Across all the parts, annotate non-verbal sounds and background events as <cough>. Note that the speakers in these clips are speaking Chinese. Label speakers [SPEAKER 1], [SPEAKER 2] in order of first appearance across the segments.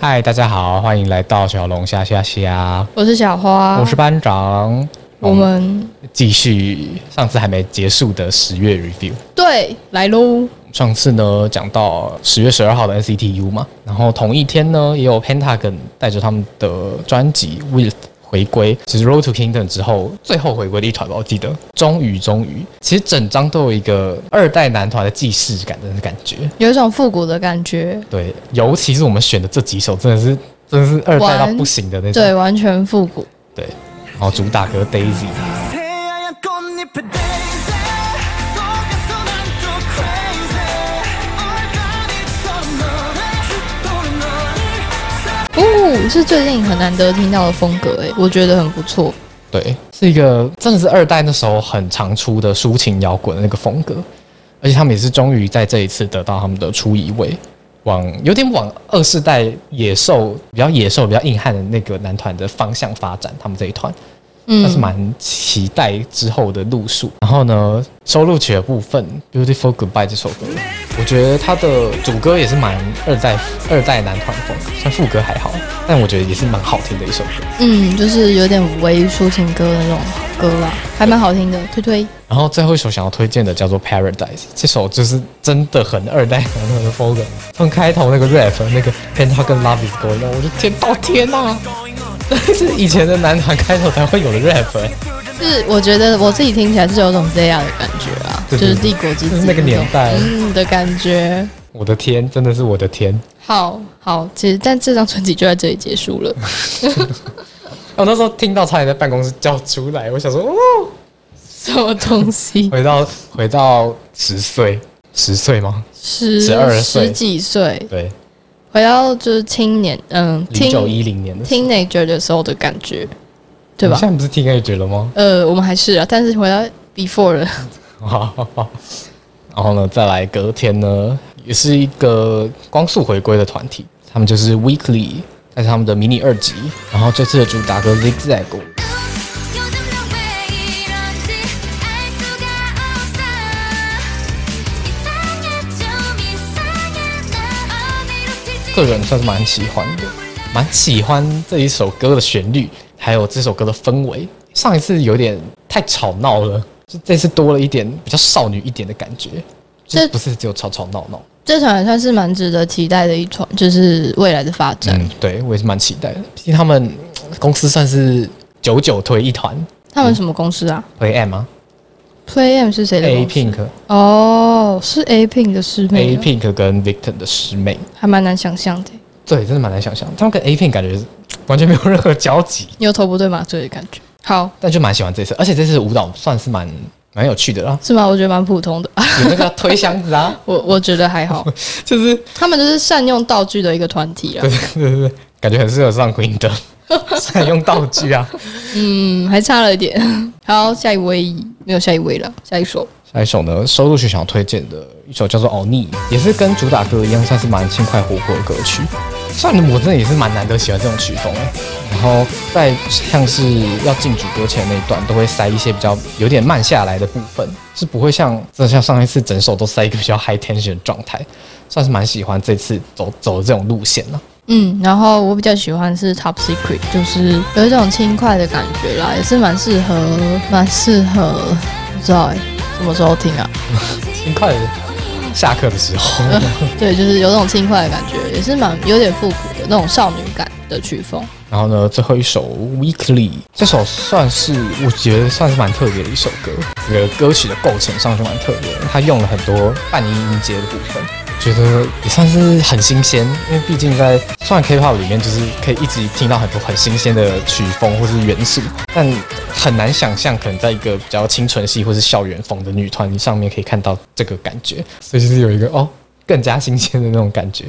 [SPEAKER 1] 嗨，大家好，欢迎来到小龙虾虾虾，
[SPEAKER 2] 我是小花，
[SPEAKER 1] 我是班长。
[SPEAKER 2] 我们
[SPEAKER 1] 继续上次还没结束的十月 review。
[SPEAKER 2] 对来喽，
[SPEAKER 1] 上次呢讲到十月十二号的 NCTU 嘛，然后同一天呢也有 Pentagon 带着他们的专辑 With 回归，其实 Road to Kingdom 之后最后回归的一团吧，我记得终于终于，其实整张都有一个二代男团的既视感的感觉。
[SPEAKER 2] 有一种复古的感觉，
[SPEAKER 1] 对，尤其是我们选的这几首，真的是真的是二代到
[SPEAKER 2] 完
[SPEAKER 1] 不行的那种。
[SPEAKER 2] 对，完全复古。
[SPEAKER 1] 对，然后主打歌 Daisy。
[SPEAKER 3] 새하얀 꽃잎에 daisy 속에서 난 또 crazy 얼간이처럼 너를 휘두른 너를
[SPEAKER 2] 哦，是最近很难得听到的风格欸诶，我觉得很不错。
[SPEAKER 1] 对，是一个真的是二代那时候很常出的抒情摇滚的那个风格，而且他们也是终于在这一次得到他们的初一位，往有点往二世代野兽比较野兽比较硬汉的那个男团的方向发展，他们这一团。
[SPEAKER 2] 嗯
[SPEAKER 1] 但是蛮期待之后的路数。然后呢，收录曲的部分《Beautiful Goodbye》这首歌，我觉得它的主歌也是蛮二代二代男团风，虽然副歌还好，但我觉得也是蛮好听的一首歌。
[SPEAKER 2] 嗯，就是有点微抒情歌的那种歌啦，还蛮好听的，推推。
[SPEAKER 1] 然后最后一首想要推荐的叫做《Paradise》，这首就是真的很二代男团的风格。从开头那个 rap，那个 Pentagon Love Is Going On，我就天到天呐、啊，这是以前的男团开头才会有的 rap，、欸、
[SPEAKER 2] 是我觉得我自己听起来是有种 Zaya 的感觉啊，
[SPEAKER 1] 对
[SPEAKER 2] 就
[SPEAKER 1] 对
[SPEAKER 2] 是帝国
[SPEAKER 1] 就
[SPEAKER 2] 之子
[SPEAKER 1] 是那个年代
[SPEAKER 2] 嗯的感觉。
[SPEAKER 1] 我的天，真的是我的天。
[SPEAKER 2] 好好，其实但这张专辑就在这里结束
[SPEAKER 1] <laughs>
[SPEAKER 2] 了。
[SPEAKER 1] 我哦那时候听到差点在办公室叫出来，我想说，哦，
[SPEAKER 2] 什么东西？
[SPEAKER 1] 回到回到十岁，十岁吗？
[SPEAKER 2] 十
[SPEAKER 1] 12岁
[SPEAKER 2] 十几岁，
[SPEAKER 1] 对，
[SPEAKER 2] 回到就是青年，嗯，
[SPEAKER 1] 零
[SPEAKER 2] 听。
[SPEAKER 1] 九一零年的时候，
[SPEAKER 2] teenager 的时候的感觉，对
[SPEAKER 1] 你
[SPEAKER 2] 吧
[SPEAKER 1] 现？在不是听 A 觉了吗？
[SPEAKER 2] 呃，我们还是啊，但是回到 before 了， <laughs>
[SPEAKER 1] 好好好 <laughs> 然后呢，再来隔天呢，也是一个光速回归的团体，他们就是 Weekly，但是他们的迷你二级，然后这次的主打歌 Zigzag，
[SPEAKER 3] 요즘 난 왜 이런지 알 수가 없어 이상해 좀 이상해 나 어디로 튈지
[SPEAKER 1] 个人算是蛮喜欢的，蛮喜欢这一首歌的旋律，还有这首歌的氛围。上一次有点太吵闹了，就这次多了一点比较少女一点的感觉，就
[SPEAKER 2] 这
[SPEAKER 1] 不是只有吵吵闹闹。
[SPEAKER 2] 这场也算是蛮值得期待的一团，就是未来的发展。
[SPEAKER 1] 嗯，对我也是蛮期待的，毕竟他们嗯公司算是久久推一团，
[SPEAKER 2] 他们什么公司啊
[SPEAKER 1] 推 M 啊
[SPEAKER 2] ？Play M 是谁的
[SPEAKER 1] ，A
[SPEAKER 2] 公司
[SPEAKER 1] Pink、
[SPEAKER 2] 哦，是 A Pink 的师
[SPEAKER 1] A
[SPEAKER 2] 妹啊，
[SPEAKER 1] Pink 跟 Victor 的师妹，
[SPEAKER 2] 还蛮难想象的，
[SPEAKER 1] 对，真的蛮难想象，他们跟 A Pink 感觉是完全没有任何交集。
[SPEAKER 2] 牛头不对马嘴的感觉。好，
[SPEAKER 1] 但就蛮喜欢这次，而且这次舞蹈算是蛮蛮有趣的啦，
[SPEAKER 2] 是吗？我觉得蛮普通的， <laughs>
[SPEAKER 1] 有那个推箱子啊，
[SPEAKER 2] 我我觉得还好。
[SPEAKER 1] <laughs> 就是
[SPEAKER 2] 他们就是善用道具的一个团体啊
[SPEAKER 1] 对。对对对，感觉很适合上 Queen 的， <laughs> 善用道具啊。
[SPEAKER 2] 嗯，还差了一点。 <laughs> 好，下一位没有下一位了，下一首。
[SPEAKER 1] 下一首呢，收录曲想要推荐的一首叫做《奥逆》，也是跟主打歌一样，算是蛮轻快活泼的歌曲。算我真的也是蛮难得喜欢这种曲风欸，然后在像是要进主歌前那一段，都会塞一些比较有点慢下来的部分，是不会像真的像上一次整首都塞一个比较 high tension 的状态，算是蛮喜欢这次走走的这种路线了、啊
[SPEAKER 2] 嗯，然后我比较喜欢是 Top Secret，就是有一种轻快的感觉啦，也是蛮适合，蛮适合，不知道哎、什么时候
[SPEAKER 1] <laughs>
[SPEAKER 2] 听啊？
[SPEAKER 1] 轻快的下课的时候。
[SPEAKER 2] 对，就是有种轻快的感觉，也是蛮有点复古的那种少女感的曲风。
[SPEAKER 1] 然后呢，最后一首《Weekly》这首算是我觉得算是蛮特别的一首歌，这个歌曲的构成上就蛮特别的，它用了很多半音音阶的部分，觉得也算是很新鲜，因为毕竟在虽然 K-pop 里面就是可以一直听到很多很新鲜的曲风或是元素，但很难想象可能在一个比较清纯系或是校园风的女团上面可以看到这个感觉，所以就是有一个哦更加新鲜的那种感觉。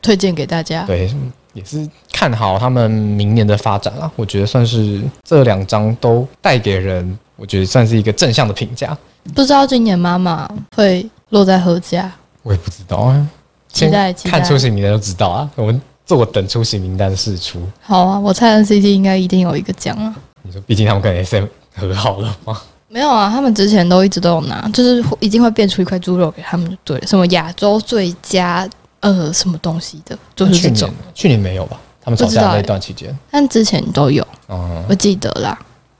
[SPEAKER 2] 推荐给
[SPEAKER 1] <laughs>
[SPEAKER 2] 大家。
[SPEAKER 1] 对，也是看好他们明年的发展啊。我觉得算是这两张都带给人，我觉得算是一个正向的评价。
[SPEAKER 2] 不知道今年妈妈会落在何家？
[SPEAKER 1] 我也不知道啊，
[SPEAKER 2] 期待
[SPEAKER 1] 先
[SPEAKER 2] 期待
[SPEAKER 1] 看出席名单就知道啊。我们坐等出席名单的释出。
[SPEAKER 2] 好啊，我猜 NCT 应该一定有一个奖啊。
[SPEAKER 1] 你说，毕竟他们跟 SM 和好了 <laughs> 吗？
[SPEAKER 2] 没有啊，他们之前都一直都有拿，就是一定会变出一块猪肉给他们就对了。什么亚洲最佳呃什么东西的，就
[SPEAKER 1] 那
[SPEAKER 2] 是这
[SPEAKER 1] 去
[SPEAKER 2] 种
[SPEAKER 1] 年。去年没有吧？他们吵
[SPEAKER 2] 不知道
[SPEAKER 1] 架那
[SPEAKER 2] 欸
[SPEAKER 1] 段期间，
[SPEAKER 2] 但之前都有，
[SPEAKER 1] 嗯，
[SPEAKER 2] 我记得啦，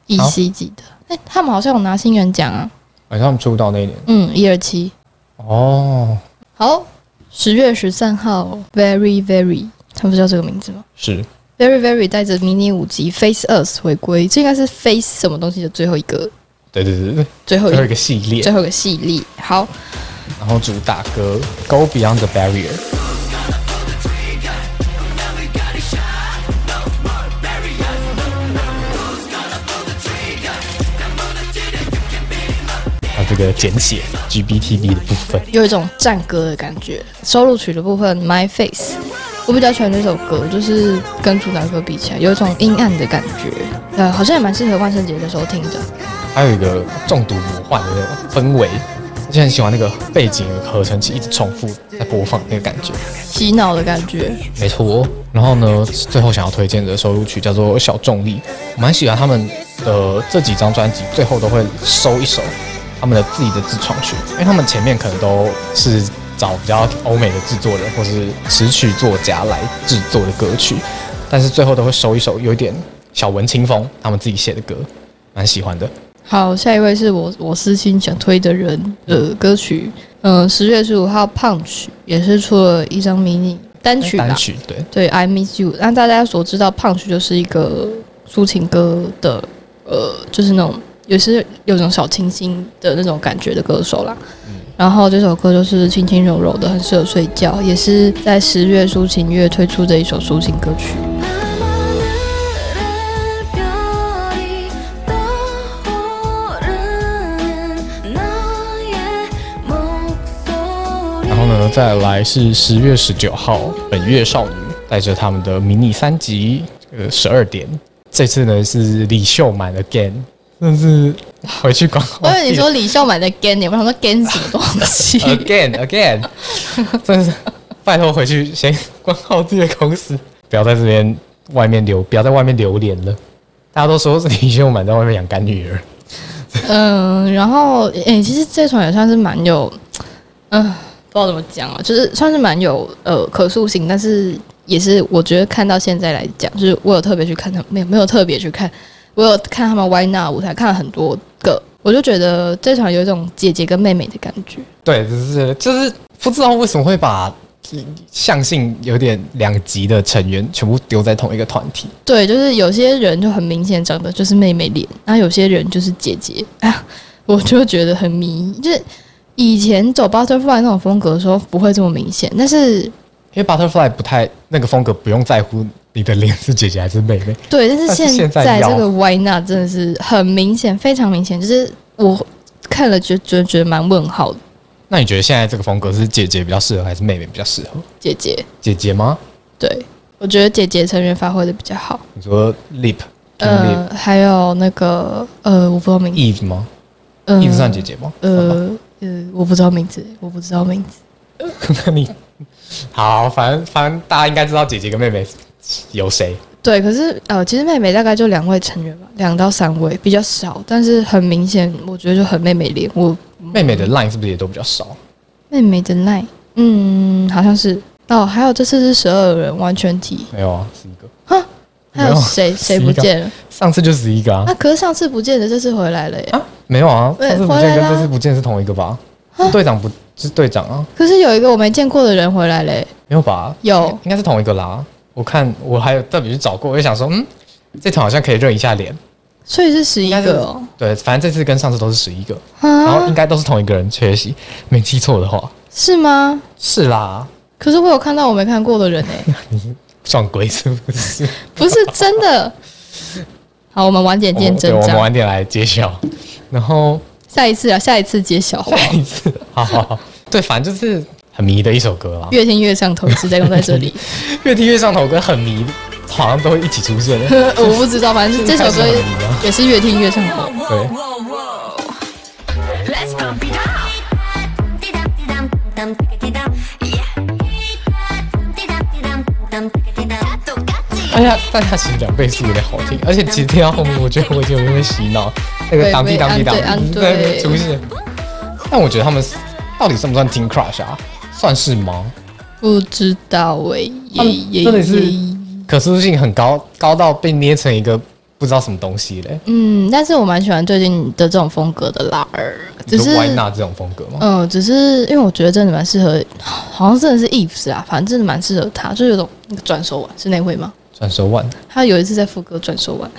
[SPEAKER 2] 依
[SPEAKER 1] 好
[SPEAKER 2] 稀记得。哎、他们好像有拿新人奖啊，
[SPEAKER 1] 好像他们出道那一年
[SPEAKER 2] 嗯，一二七。
[SPEAKER 1] 哦，
[SPEAKER 2] 好，十月十三号，Very Very，他们不是叫这个名字吗
[SPEAKER 1] 是
[SPEAKER 2] ？Very Very 带着迷你五集 Face Us 回归，这应该是 Face 什么东西的最后一个、
[SPEAKER 1] 对对对对，
[SPEAKER 2] 最后一
[SPEAKER 1] 最后一个系列
[SPEAKER 2] 最，后一个系列。好，
[SPEAKER 1] 然后主打歌《Go Beyond the Barrier》，啊，这个简写 GBTB 的部分，
[SPEAKER 2] 有一种战歌的感觉。收录曲的部分，My Face，我比较喜欢这首歌，就是跟主打歌比起来，有一种阴暗的感觉。呃，好像也蛮适合万圣节的时候听的。
[SPEAKER 1] 还有一个中毒魔幻的那种氛围，而且很喜欢那个背景合成器一直重复在播放那个感觉。
[SPEAKER 2] 洗脑的感觉。
[SPEAKER 1] 没错。然后呢，最后想要推荐的收录曲叫做《小众力》，我蛮喜欢他们的这几张专辑，最后都会收一首他们的自己的自创曲，因为他们前面可能都是找比较欧美的制作人或是词曲作家来制作的歌曲，但是最后都会收一首有一点小文青风，他们自己写的歌，蛮喜欢的。
[SPEAKER 2] 好，下一位是我我私心想推的人的歌曲，嗯、呃，十月十五号 Punch 也是出了一张迷你单曲吧
[SPEAKER 1] 哎单，曲对，
[SPEAKER 2] 对，I Miss You。那大家所知道，Punch 就是一个抒情歌的，呃，就是那种也是有种小清新的那种感觉的歌手啦。
[SPEAKER 1] 嗯
[SPEAKER 2] 然后这首歌就是轻轻柔柔的，很适合睡觉，也是在十月抒情月推出的一首抒情歌曲。
[SPEAKER 3] 밤하늘의 별이 떠오르는 너의 목소리
[SPEAKER 1] 然后呢，再来是十月十九号，本月少女带着他们的迷你三辑，呃，十二点。这次呢是李秀满 again，真的是回去观
[SPEAKER 2] 我
[SPEAKER 1] 光。
[SPEAKER 2] 以为你说李秀满的 gan，你不想说 gan 什么东
[SPEAKER 1] <laughs>
[SPEAKER 2] 西？ <laughs>
[SPEAKER 1] again again，真的是拜托回去先关好自己的公司，不要在这边外面流，不要在外面流连了。大家都说是李秀满在外面养干女儿，
[SPEAKER 2] 嗯，然后诶、其实这首也算是蛮有，嗯、不知道怎么讲啊，就是算是蛮有呃可塑性，但是也是我觉得看到现在来讲，就是我有特别去看他们，没有没有特别去看，我有看他们 Y 那舞台看了很多个，我就觉得这场有一种姐姐跟妹妹的感觉。
[SPEAKER 1] 对，就是就是不知道为什么会把相性有点两极的成员全部丢在同一个团体。
[SPEAKER 2] 对，就是有些人就很明显长得就是妹妹脸，然后有些人就是姐姐啊，我就觉得很迷。就是以前走 butterfly 那种风格的时候不会这么明显，但是
[SPEAKER 1] 因为 Butterfly 不太那个风格，不用在乎你的脸是姐姐还是妹妹。
[SPEAKER 2] 对，但是
[SPEAKER 1] 但是
[SPEAKER 2] 现
[SPEAKER 1] 现在
[SPEAKER 2] 在
[SPEAKER 1] 要
[SPEAKER 2] 这个 why not 真的是很明显，非常明显，就是我看了就觉得觉得蛮问号的。
[SPEAKER 1] <laughs> 那你觉得现在这个风格是姐姐比较适合，还是妹妹比较适合？
[SPEAKER 2] 姐姐，
[SPEAKER 1] 姐姐吗？
[SPEAKER 2] 对我觉得姐姐成员发挥的比较好。
[SPEAKER 1] 你说 Lip、
[SPEAKER 2] 呃，还有那个呃，我不知道名字，
[SPEAKER 1] Eve 吗
[SPEAKER 2] 嗯、
[SPEAKER 1] ？Eve 算姐姐吗？算吧，
[SPEAKER 2] 呃呃，我不知道名字，我不知道名字。
[SPEAKER 1] <laughs> 那你好，反正反正大家应该知道姐姐跟妹妹有谁。
[SPEAKER 2] 对，可是呃，其实妹妹大概就两位成员吧，两到三位比较少，但是很明显，我觉得就很妹妹脸。我
[SPEAKER 1] 妹妹的 line 是不是也都比较少？
[SPEAKER 2] 妹妹的 line，嗯，好像是哦，还有这次是十二人完全体，
[SPEAKER 1] 没有啊，十一个。
[SPEAKER 2] 哈，还
[SPEAKER 1] 没
[SPEAKER 2] 有
[SPEAKER 1] 有
[SPEAKER 2] 谁谁不
[SPEAKER 1] 十一个
[SPEAKER 2] 见了？
[SPEAKER 1] 上次就十一个啊
[SPEAKER 2] 啊，。可是上次不见的，这次回来了耶。
[SPEAKER 1] 啊，没有啊，
[SPEAKER 2] 对
[SPEAKER 1] 上次不
[SPEAKER 2] 回来
[SPEAKER 1] 见跟
[SPEAKER 2] 啦啊
[SPEAKER 1] 这次不见是同一个吧？是队长不是队长啊？
[SPEAKER 2] 可是有一个我没见过的人回来嘞，
[SPEAKER 1] 没有吧？
[SPEAKER 2] 有
[SPEAKER 1] 应该是同一个啦。我看我还有特别去找过，我就想说，嗯，这团好像可以认一下脸。
[SPEAKER 2] 所以是十一
[SPEAKER 1] 应该是
[SPEAKER 2] 个哦。
[SPEAKER 1] 对，反正这次跟上次都是十一个，然后应
[SPEAKER 2] 啊，
[SPEAKER 1] 该都是同一个人缺席，没记错的话。
[SPEAKER 2] 是吗？
[SPEAKER 1] 是啦，
[SPEAKER 2] 可是我有看到我没看过的人
[SPEAKER 1] <laughs>
[SPEAKER 2] 哎，
[SPEAKER 1] 撞鬼是不是？
[SPEAKER 2] 不是真的。好，我们晚点
[SPEAKER 1] 我
[SPEAKER 2] 见
[SPEAKER 1] 哦们对，
[SPEAKER 2] 真
[SPEAKER 1] 我们
[SPEAKER 2] 章，
[SPEAKER 1] 晚点来揭晓。然后
[SPEAKER 2] 下一次啊，下一次揭晓好不好
[SPEAKER 1] 再 <laughs> 一次，好好好，对，反正就是很迷的一首歌
[SPEAKER 2] <laughs>
[SPEAKER 1] 啦。
[SPEAKER 2] 越听越上头，是在用在
[SPEAKER 1] <laughs>
[SPEAKER 2] 这里。
[SPEAKER 1] 越听越上头，跟很迷好像都会一起出现。
[SPEAKER 2] 呃我不知道，反正这首歌
[SPEAKER 1] 开始很迷啊
[SPEAKER 2] 也是越听越上头。
[SPEAKER 1] 对。
[SPEAKER 3] Let's pump it up. 다 똑같지.
[SPEAKER 1] 哎呀，但它其实两倍速有点好听，而且其实听到后面，我觉得我已经有点被洗脑，那个
[SPEAKER 2] 对
[SPEAKER 1] 当地
[SPEAKER 2] 被
[SPEAKER 1] 当地嗯当
[SPEAKER 2] 安对
[SPEAKER 1] 地
[SPEAKER 2] 安对
[SPEAKER 1] 在那边出现。但我觉得他们到底算不算 Team Crush 啊？算是吗？
[SPEAKER 2] 不知道喂、
[SPEAKER 1] 他
[SPEAKER 2] 也
[SPEAKER 1] 们
[SPEAKER 2] 也
[SPEAKER 1] 真的是
[SPEAKER 2] 也
[SPEAKER 1] 可塑性很高，高到被捏成一个不知道什么东西嘞。
[SPEAKER 2] 嗯，但是我蛮喜欢最近的这种风格的啦儿，只
[SPEAKER 1] 你
[SPEAKER 2] 是
[SPEAKER 1] 说 Why Not 这种风格吗？
[SPEAKER 2] 嗯，只是因为我觉得真的蛮适合，好像真的是 Eves 啊，反正真的蛮适合他，就是有种那个转手腕是那位吗？
[SPEAKER 1] 转手腕，
[SPEAKER 2] 他有一次在副歌转手腕，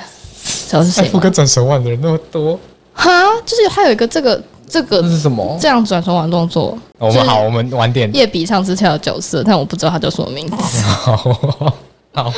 [SPEAKER 2] 知道是
[SPEAKER 1] 在
[SPEAKER 2] 谁
[SPEAKER 1] 副
[SPEAKER 2] 吗
[SPEAKER 1] 歌？转手腕的人那么多，
[SPEAKER 2] 哈，就是他有一个这个这
[SPEAKER 1] 这
[SPEAKER 2] 个
[SPEAKER 1] 是什么？
[SPEAKER 2] 这样转手腕动作，
[SPEAKER 1] 我
[SPEAKER 2] 就
[SPEAKER 1] 们
[SPEAKER 2] 是
[SPEAKER 1] 好，我们晚点。
[SPEAKER 2] 夜比上之前有角色，但我不知道他叫什么名字。
[SPEAKER 1] <laughs> 好， <laughs> 好，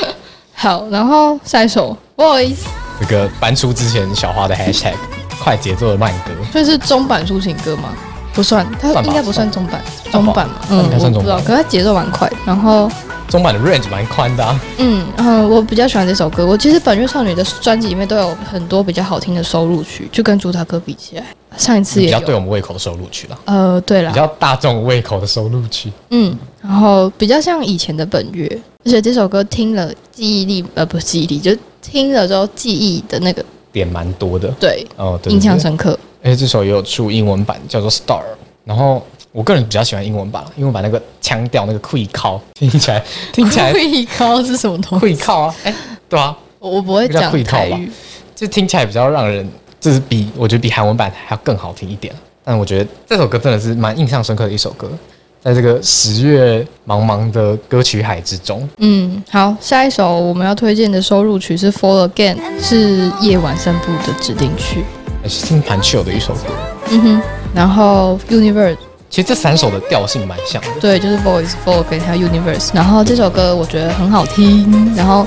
[SPEAKER 2] 好，然后下一首 Voice，
[SPEAKER 1] 这个搬出之前小花的 Hashtag 快节奏的慢歌，
[SPEAKER 2] 所以是中版抒情歌吗？不算，它
[SPEAKER 1] 算吧
[SPEAKER 2] 应该不算中版，中版嘛，
[SPEAKER 1] 算吧应
[SPEAKER 2] 嗯，
[SPEAKER 1] 该
[SPEAKER 2] 我
[SPEAKER 1] 算
[SPEAKER 2] 不
[SPEAKER 1] 中
[SPEAKER 2] 知
[SPEAKER 1] 版
[SPEAKER 2] 道，可是它节奏蛮快的，然后。
[SPEAKER 1] 中版的 range 蛮宽的、啊，
[SPEAKER 2] 嗯嗯，我比较喜欢这首歌。我其实本月少女的专辑里面都有很多比较好听的收录曲，就跟主打歌比起来，上一次
[SPEAKER 1] 比
[SPEAKER 2] 也
[SPEAKER 1] 较对
[SPEAKER 2] 有。
[SPEAKER 1] 我们胃口的收录曲啦，
[SPEAKER 2] 呃，对
[SPEAKER 1] 比
[SPEAKER 2] 啦，
[SPEAKER 1] 较大众胃口的收录曲。
[SPEAKER 2] 嗯，然后比较像以前的本月，而且这首歌听了记忆力，呃，不是记忆力，就听了之后记忆的那个
[SPEAKER 1] 点蛮多的
[SPEAKER 2] 对
[SPEAKER 1] 哦，对，
[SPEAKER 2] 印象
[SPEAKER 1] 对
[SPEAKER 2] 深刻。
[SPEAKER 1] 而且这首也有出英文版，叫做《Star》。然后我个人比较喜欢英文版，英文版那个腔调那个 quick call 听起
[SPEAKER 2] <laughs>
[SPEAKER 1] 来听起来
[SPEAKER 2] 会高是什么东西？
[SPEAKER 1] quick call 啊，哎、对啊，
[SPEAKER 2] 我我不会
[SPEAKER 1] 那叫
[SPEAKER 2] 讲
[SPEAKER 1] 会考
[SPEAKER 2] 台
[SPEAKER 1] 吧
[SPEAKER 2] 语。
[SPEAKER 1] 就听起来比较让人就是比我觉得比韩文版还要更好听一点。但我觉得这首歌真的是蛮印象深刻的一首歌，在这个十月茫茫的歌曲海之中，
[SPEAKER 2] 嗯，好，下一首我们要推荐的收录曲是《Fall Again》，是夜晚散步的指定曲。
[SPEAKER 1] 还是听蛮 chill 的一首歌。
[SPEAKER 2] 嗯哼，然后 Universe
[SPEAKER 1] 其实这三首的调性蛮像的，
[SPEAKER 2] 对，就是 Voice Vogue 跟还有 Universe，然后这首歌我觉得很好听，然后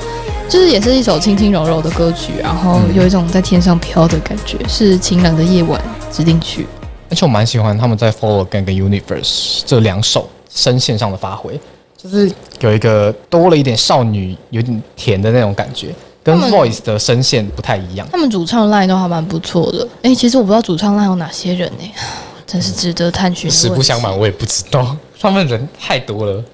[SPEAKER 2] 就是也是一首轻轻柔柔的歌曲，然后有一种在天上飘的感觉，是晴朗的夜晚指定曲。
[SPEAKER 1] 而且我蛮喜欢他们在《Follow》跟《跟 Universe》这两首声线上的发挥，就是有一个多了一点少女，有点甜的那种感觉，跟
[SPEAKER 2] 他们
[SPEAKER 1] Voice 的声线不太一样。
[SPEAKER 2] 他们主唱 line 都还蛮不错的，哎，其实我不知道主唱 line 有哪些人哎，真是值得探寻。
[SPEAKER 1] 实不相瞒，，我也不知道， <laughs> 他们人太多了，还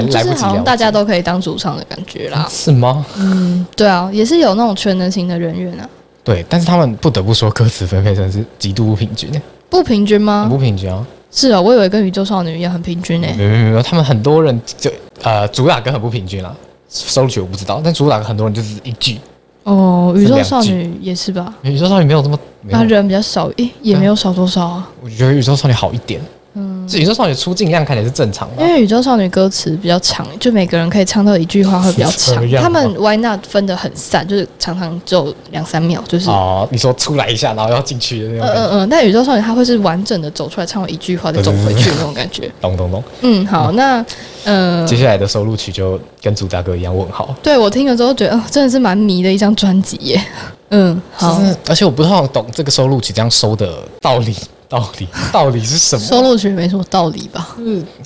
[SPEAKER 2] 嗯，就
[SPEAKER 1] 来不
[SPEAKER 2] 是
[SPEAKER 1] 及
[SPEAKER 2] 好
[SPEAKER 1] 了解
[SPEAKER 2] 像大家都可以当主唱的感觉啦。
[SPEAKER 1] 是吗？
[SPEAKER 2] 嗯，对啊，也是有那种全能型的人员啊，
[SPEAKER 1] 对，但是他们不得不说，歌词分配真的是极度不平均，
[SPEAKER 2] 不平均
[SPEAKER 1] 很
[SPEAKER 2] 吗
[SPEAKER 1] 不？平均啊！
[SPEAKER 2] 是啊，我以为跟宇宙少女一样很平均呢。
[SPEAKER 1] 没有没有没有，他们很多人就呃主打歌很不平均啦，收录曲我不知道，但主打歌很多人就是一句，
[SPEAKER 2] 哦，
[SPEAKER 1] 嗯
[SPEAKER 2] 宇
[SPEAKER 1] 是
[SPEAKER 2] 宙
[SPEAKER 1] 两
[SPEAKER 2] 少
[SPEAKER 1] 季
[SPEAKER 2] 女也是吧？
[SPEAKER 1] 宇宙少女没有这么没
[SPEAKER 2] 那
[SPEAKER 1] 有，
[SPEAKER 2] 人比较少，诶、也没有少多少啊。
[SPEAKER 1] 我觉得宇宙少女好一点，
[SPEAKER 2] 嗯，
[SPEAKER 1] 这宇宙少女出镜量看起来是正常
[SPEAKER 2] 因
[SPEAKER 1] 的，
[SPEAKER 2] 为宇宙少女歌词比较长，就每个人可以唱到一句话会比较
[SPEAKER 1] 这
[SPEAKER 2] 长。
[SPEAKER 1] 样吗
[SPEAKER 2] 他们 Why Not 分的很散，就是常常只有两三秒，就是。
[SPEAKER 1] 哦，你说出来一下，然后要进去的那
[SPEAKER 2] 嗯
[SPEAKER 1] 种感
[SPEAKER 2] 嗯
[SPEAKER 1] 觉，
[SPEAKER 2] 嗯，但宇宙少女她会是完整的走出来，唱完一句话再走回去那种感觉。
[SPEAKER 1] 懂懂懂。
[SPEAKER 2] 嗯，好，那呃，
[SPEAKER 1] 接下来的收录曲就跟主打歌一样问号，
[SPEAKER 2] 对我听了之后觉得，哦，真的是蛮迷的一张专辑耶。嗯，好
[SPEAKER 1] 就，是而且我不太懂这个收录曲这样收的道理，道理道理是什么？
[SPEAKER 2] 收录曲没什么道理吧？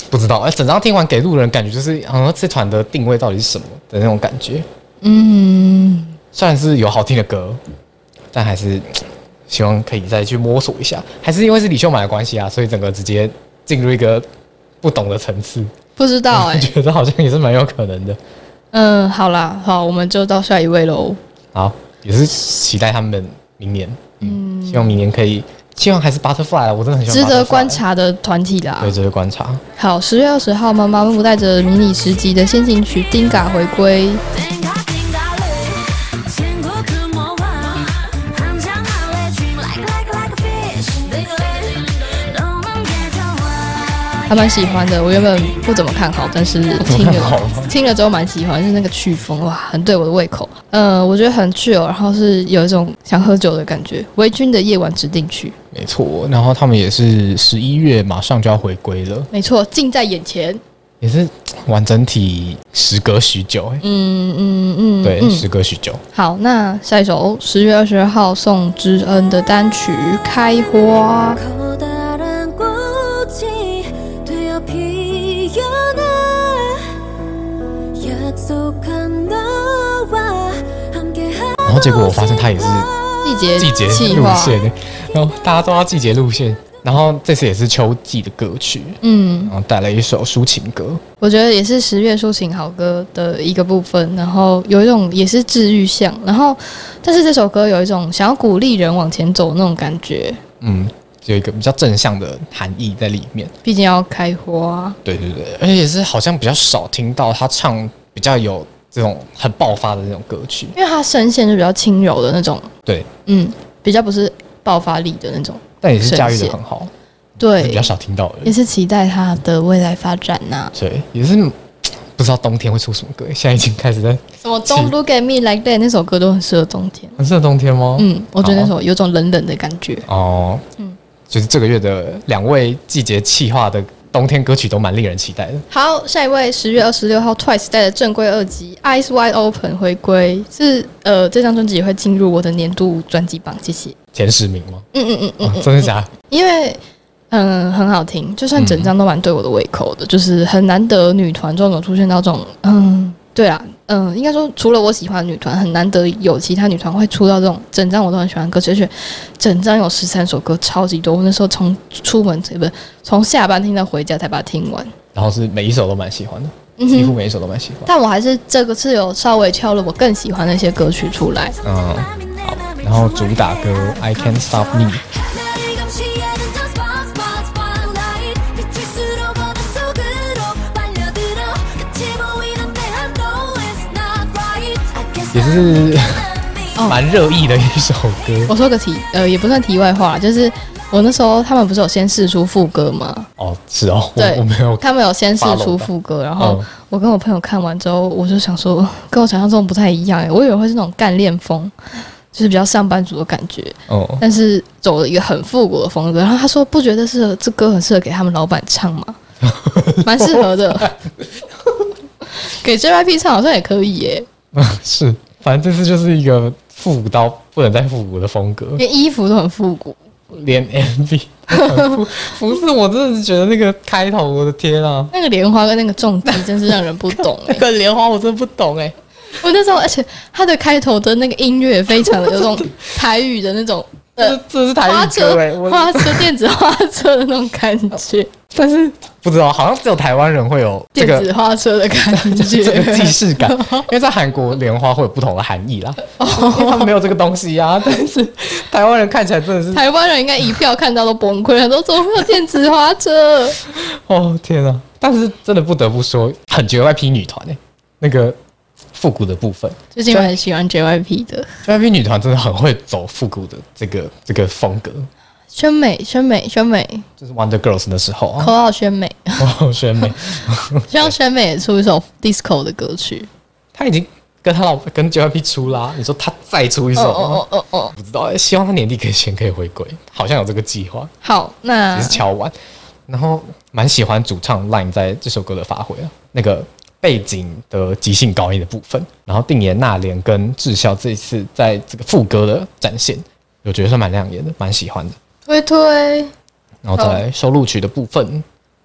[SPEAKER 1] 不知道，哎，整张听完给路人感觉就是，好像这团的定位到底是什么的那种感觉。
[SPEAKER 2] 嗯，
[SPEAKER 1] 虽然是有好听的歌，但还是希望可以再去摸索一下。还是因为是李秀满的关系啊，所以整个直接进入一个不懂的层次。
[SPEAKER 2] 不知道哎
[SPEAKER 1] 我。 <laughs> 觉得好像也是蛮有可能的。
[SPEAKER 2] 嗯，好啦，好，我们就到下一位喽。
[SPEAKER 1] 好，也是期待他们明年，嗯，希望明年可以，希望还是 Butterfly 啊，我真的很喜欢
[SPEAKER 2] 值
[SPEAKER 1] Butterfly，
[SPEAKER 2] 得观察的团体啦。
[SPEAKER 1] 对，值得观察。
[SPEAKER 2] 好，十月二十号，妈妈木带着迷你十集的先行曲《丁嘎》回归。
[SPEAKER 3] 띵가띵가래 친구들 모아 한잔 할래 Drink like like like a fish 띵래 너만 게 좋아
[SPEAKER 2] 还蛮喜欢的，我原本不怎么看好，但是听
[SPEAKER 1] 看好
[SPEAKER 2] 了
[SPEAKER 1] 吗
[SPEAKER 2] <laughs> 听了之后蛮喜欢，就是那个曲风哇，很对我的胃口。呃，我觉得很 chill，然后是有一种想喝酒的感觉。维君的夜晚指定曲，
[SPEAKER 1] 没错，然后他们也是十一月马上就要回归了，
[SPEAKER 2] 没错，近在眼前。
[SPEAKER 1] 也是完整体时隔许久、哎
[SPEAKER 2] 嗯嗯嗯，
[SPEAKER 1] 对，
[SPEAKER 2] 嗯
[SPEAKER 1] 时隔许久。
[SPEAKER 2] 好，那下一首哦十月二十二号宋知恩的单曲《开花》。
[SPEAKER 3] 커다란 꽃이 되어 피어나 약속한 너와 함께
[SPEAKER 1] 然后结果我发现他也是
[SPEAKER 2] 季节
[SPEAKER 1] 季节
[SPEAKER 2] 气
[SPEAKER 1] 路
[SPEAKER 2] 嗯划，
[SPEAKER 1] 线的， <laughs> 然后大家都要季节路线，然后这次也是秋季的歌曲，
[SPEAKER 2] 嗯，
[SPEAKER 1] 然后带了一首抒情歌，
[SPEAKER 2] 我觉得也是十月抒情好歌的一个部分，然后有一种也是治愈向，然后但是这首歌有一种想要鼓励人往前走的那种感觉，
[SPEAKER 1] 嗯，有一个比较正向的含义在里面。
[SPEAKER 2] 毕竟要开花、啊。
[SPEAKER 1] 对对对，而且也是好像比较少听到他唱比较有这种很爆发的那种歌曲。
[SPEAKER 2] 因为它声线就比较轻柔的那种，
[SPEAKER 1] 对，
[SPEAKER 2] 嗯，比较不是爆发力的那种。
[SPEAKER 1] 但也是驾驭的很好，是嗯比
[SPEAKER 2] 对
[SPEAKER 1] 较，少听到而
[SPEAKER 2] 也
[SPEAKER 1] 已。
[SPEAKER 2] 是期待它的未来发展呐、
[SPEAKER 1] 对，也是不知道冬天会出什么歌，现在已经开始在
[SPEAKER 2] 什么 Don't Look at Me Like That 那首歌都很适合冬天。
[SPEAKER 1] 很适合冬天吗？
[SPEAKER 2] 嗯，我觉得那
[SPEAKER 1] 好
[SPEAKER 2] 首有种冷冷的感觉。
[SPEAKER 1] 哦，
[SPEAKER 2] 嗯
[SPEAKER 1] 就是这个月的两位季节气化的冬天歌曲都蛮令人期待的。
[SPEAKER 2] 好，下一位，十月二十六号，Twice 带的正规二辑《Eyes Wide Open》回归，是呃这张专辑也会进入我的年度专辑榜，谢谢。
[SPEAKER 1] 前十名吗？
[SPEAKER 2] 嗯嗯嗯嗯，
[SPEAKER 1] 啊、真的假的？
[SPEAKER 2] 因为嗯很好听，就算整张都蛮对我的胃口的，就是很难得女团这种出现到这种嗯，对啊，嗯，应该说除了我喜欢的女团，很难得有其他女团会出到这种整张我都很喜欢的歌曲，而且整张有十三首歌，超级多。我那时候从出门不是从下班听到回家才把它听完，
[SPEAKER 1] 然后是每一首都蛮喜欢的，
[SPEAKER 2] 嗯
[SPEAKER 1] 几乎
[SPEAKER 2] 哼。
[SPEAKER 1] 每一首都蛮喜欢。
[SPEAKER 2] 但我还是这个是有稍微挑了我更喜欢的一些歌曲出来，
[SPEAKER 1] 嗯，好。然后主打歌《I Can't Stop Me》，
[SPEAKER 3] 하늘이 감시하는 저 spot, spot, spotlight. 빛을 쓸어 거듭 속으로 빨려들어. 끝이 보이는데 I know it's not right. I can't
[SPEAKER 1] 也
[SPEAKER 3] stop
[SPEAKER 1] 是
[SPEAKER 3] me.
[SPEAKER 2] 哦
[SPEAKER 1] 蛮热议的一首歌。
[SPEAKER 2] 我说个题，呃，也不算题外话，就是我那时候他们不是有先试出副歌吗？
[SPEAKER 1] 哦，是哦，我
[SPEAKER 2] 对
[SPEAKER 1] 我没有看。
[SPEAKER 2] 他们有先试出副歌，然后
[SPEAKER 1] 嗯
[SPEAKER 2] 我跟我朋友看完之后，我就想说，跟我想象中不太一样诶，我以为会是那种干练风，就是比较上班族的感觉，
[SPEAKER 1] 哦，
[SPEAKER 2] 但是走了一个很复古的风格。然后他说不觉得适合这歌很适合给他们老板
[SPEAKER 1] <laughs>
[SPEAKER 2] 唱吗？蛮适合的， <laughs> 给 JYP 唱好像也可以耶，
[SPEAKER 1] 是，反正这次就是一个复古到不能再复古的风格，
[SPEAKER 2] 连衣服都很复古。
[SPEAKER 1] 连 MV 都
[SPEAKER 2] <laughs>
[SPEAKER 1] 很复不是，我真的是觉得那个开头，我的天啊！
[SPEAKER 2] 那个莲花跟那个重击真是让人不懂
[SPEAKER 1] <laughs>
[SPEAKER 2] 哎、
[SPEAKER 1] 个莲花我真的不懂
[SPEAKER 2] 欸
[SPEAKER 1] 哎、
[SPEAKER 2] 我那时候，而且他的开头的那个音乐非常的有种台语的
[SPEAKER 1] <laughs>
[SPEAKER 2] 那种呃
[SPEAKER 1] 这这是台
[SPEAKER 2] 花
[SPEAKER 1] 语歌哎、
[SPEAKER 2] 车、
[SPEAKER 1] 我哦
[SPEAKER 2] 花车、电子花车的那种感觉，
[SPEAKER 1] 但是不知道，好像只有台湾人会有这
[SPEAKER 2] 电
[SPEAKER 1] 个
[SPEAKER 2] 子花车的感
[SPEAKER 1] 这
[SPEAKER 2] 觉。
[SPEAKER 1] 个既视 <laughs> 感，因为在韩国莲花会有不同的含义啦，因为他们没有这个东西啊。哦 <laughs> 但是台湾人看起来真的是，
[SPEAKER 2] 台湾人应该一票看到都崩溃了，都怎么会有电子花车？
[SPEAKER 1] 哦天啊！但是真的不得不说，很 JYP 女团哎、那个复古的部分
[SPEAKER 2] 最近我很喜欢 JYP 的
[SPEAKER 1] ，JYP 女团真的很会走复古的这个这个风格，
[SPEAKER 2] 宣美、宣美、宣美，
[SPEAKER 1] 就是 Wonder Girls 的时候啊，
[SPEAKER 2] 口号宣美，
[SPEAKER 1] 哦，宣美，
[SPEAKER 2] 希望宣美也出一首 disco 的歌曲。
[SPEAKER 1] 她已经跟她老跟 JYP 出啦，你说她再出一首
[SPEAKER 2] 哦
[SPEAKER 1] 吗，
[SPEAKER 2] 哦哦哦哦，
[SPEAKER 1] 不知道欸，希望她年底可以前可以回归，好像有这个计划。
[SPEAKER 2] 好，那
[SPEAKER 1] 也是敲完，然后蛮喜欢主唱 Line 在这首歌的发挥啊，那个背景的即兴高音的部分，然后定妍、娜莲跟智孝这一次在这个副歌的展现，我觉得算蛮亮眼的，蛮喜欢的。
[SPEAKER 2] 推推
[SPEAKER 1] 然后再来收录曲的部分，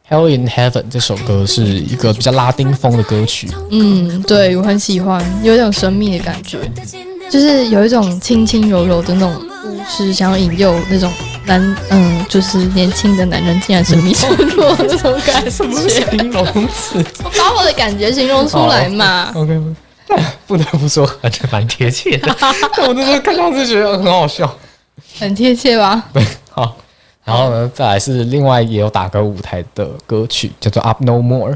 [SPEAKER 1] 《Hell in Heaven》这首歌呃是一个比较拉丁风的歌曲，
[SPEAKER 2] 嗯，对我很喜欢，有一种神秘的感觉，就是有一种轻轻柔柔的那种巫师，想要引诱那种男，嗯，就是年轻的男人竟然神秘沉落的那种感觉。
[SPEAKER 1] 形容词。
[SPEAKER 2] 我把我的感觉形容出来
[SPEAKER 1] <laughs>
[SPEAKER 2] 嘛。
[SPEAKER 1] OK，不得不说还是蛮贴切 <laughs> 的，但我那时候看到就觉得很好笑。
[SPEAKER 2] <laughs> 很贴切吧？
[SPEAKER 1] 对，好。然后呢，再来是另外也有打歌舞台的歌曲，叫做《Up No More》。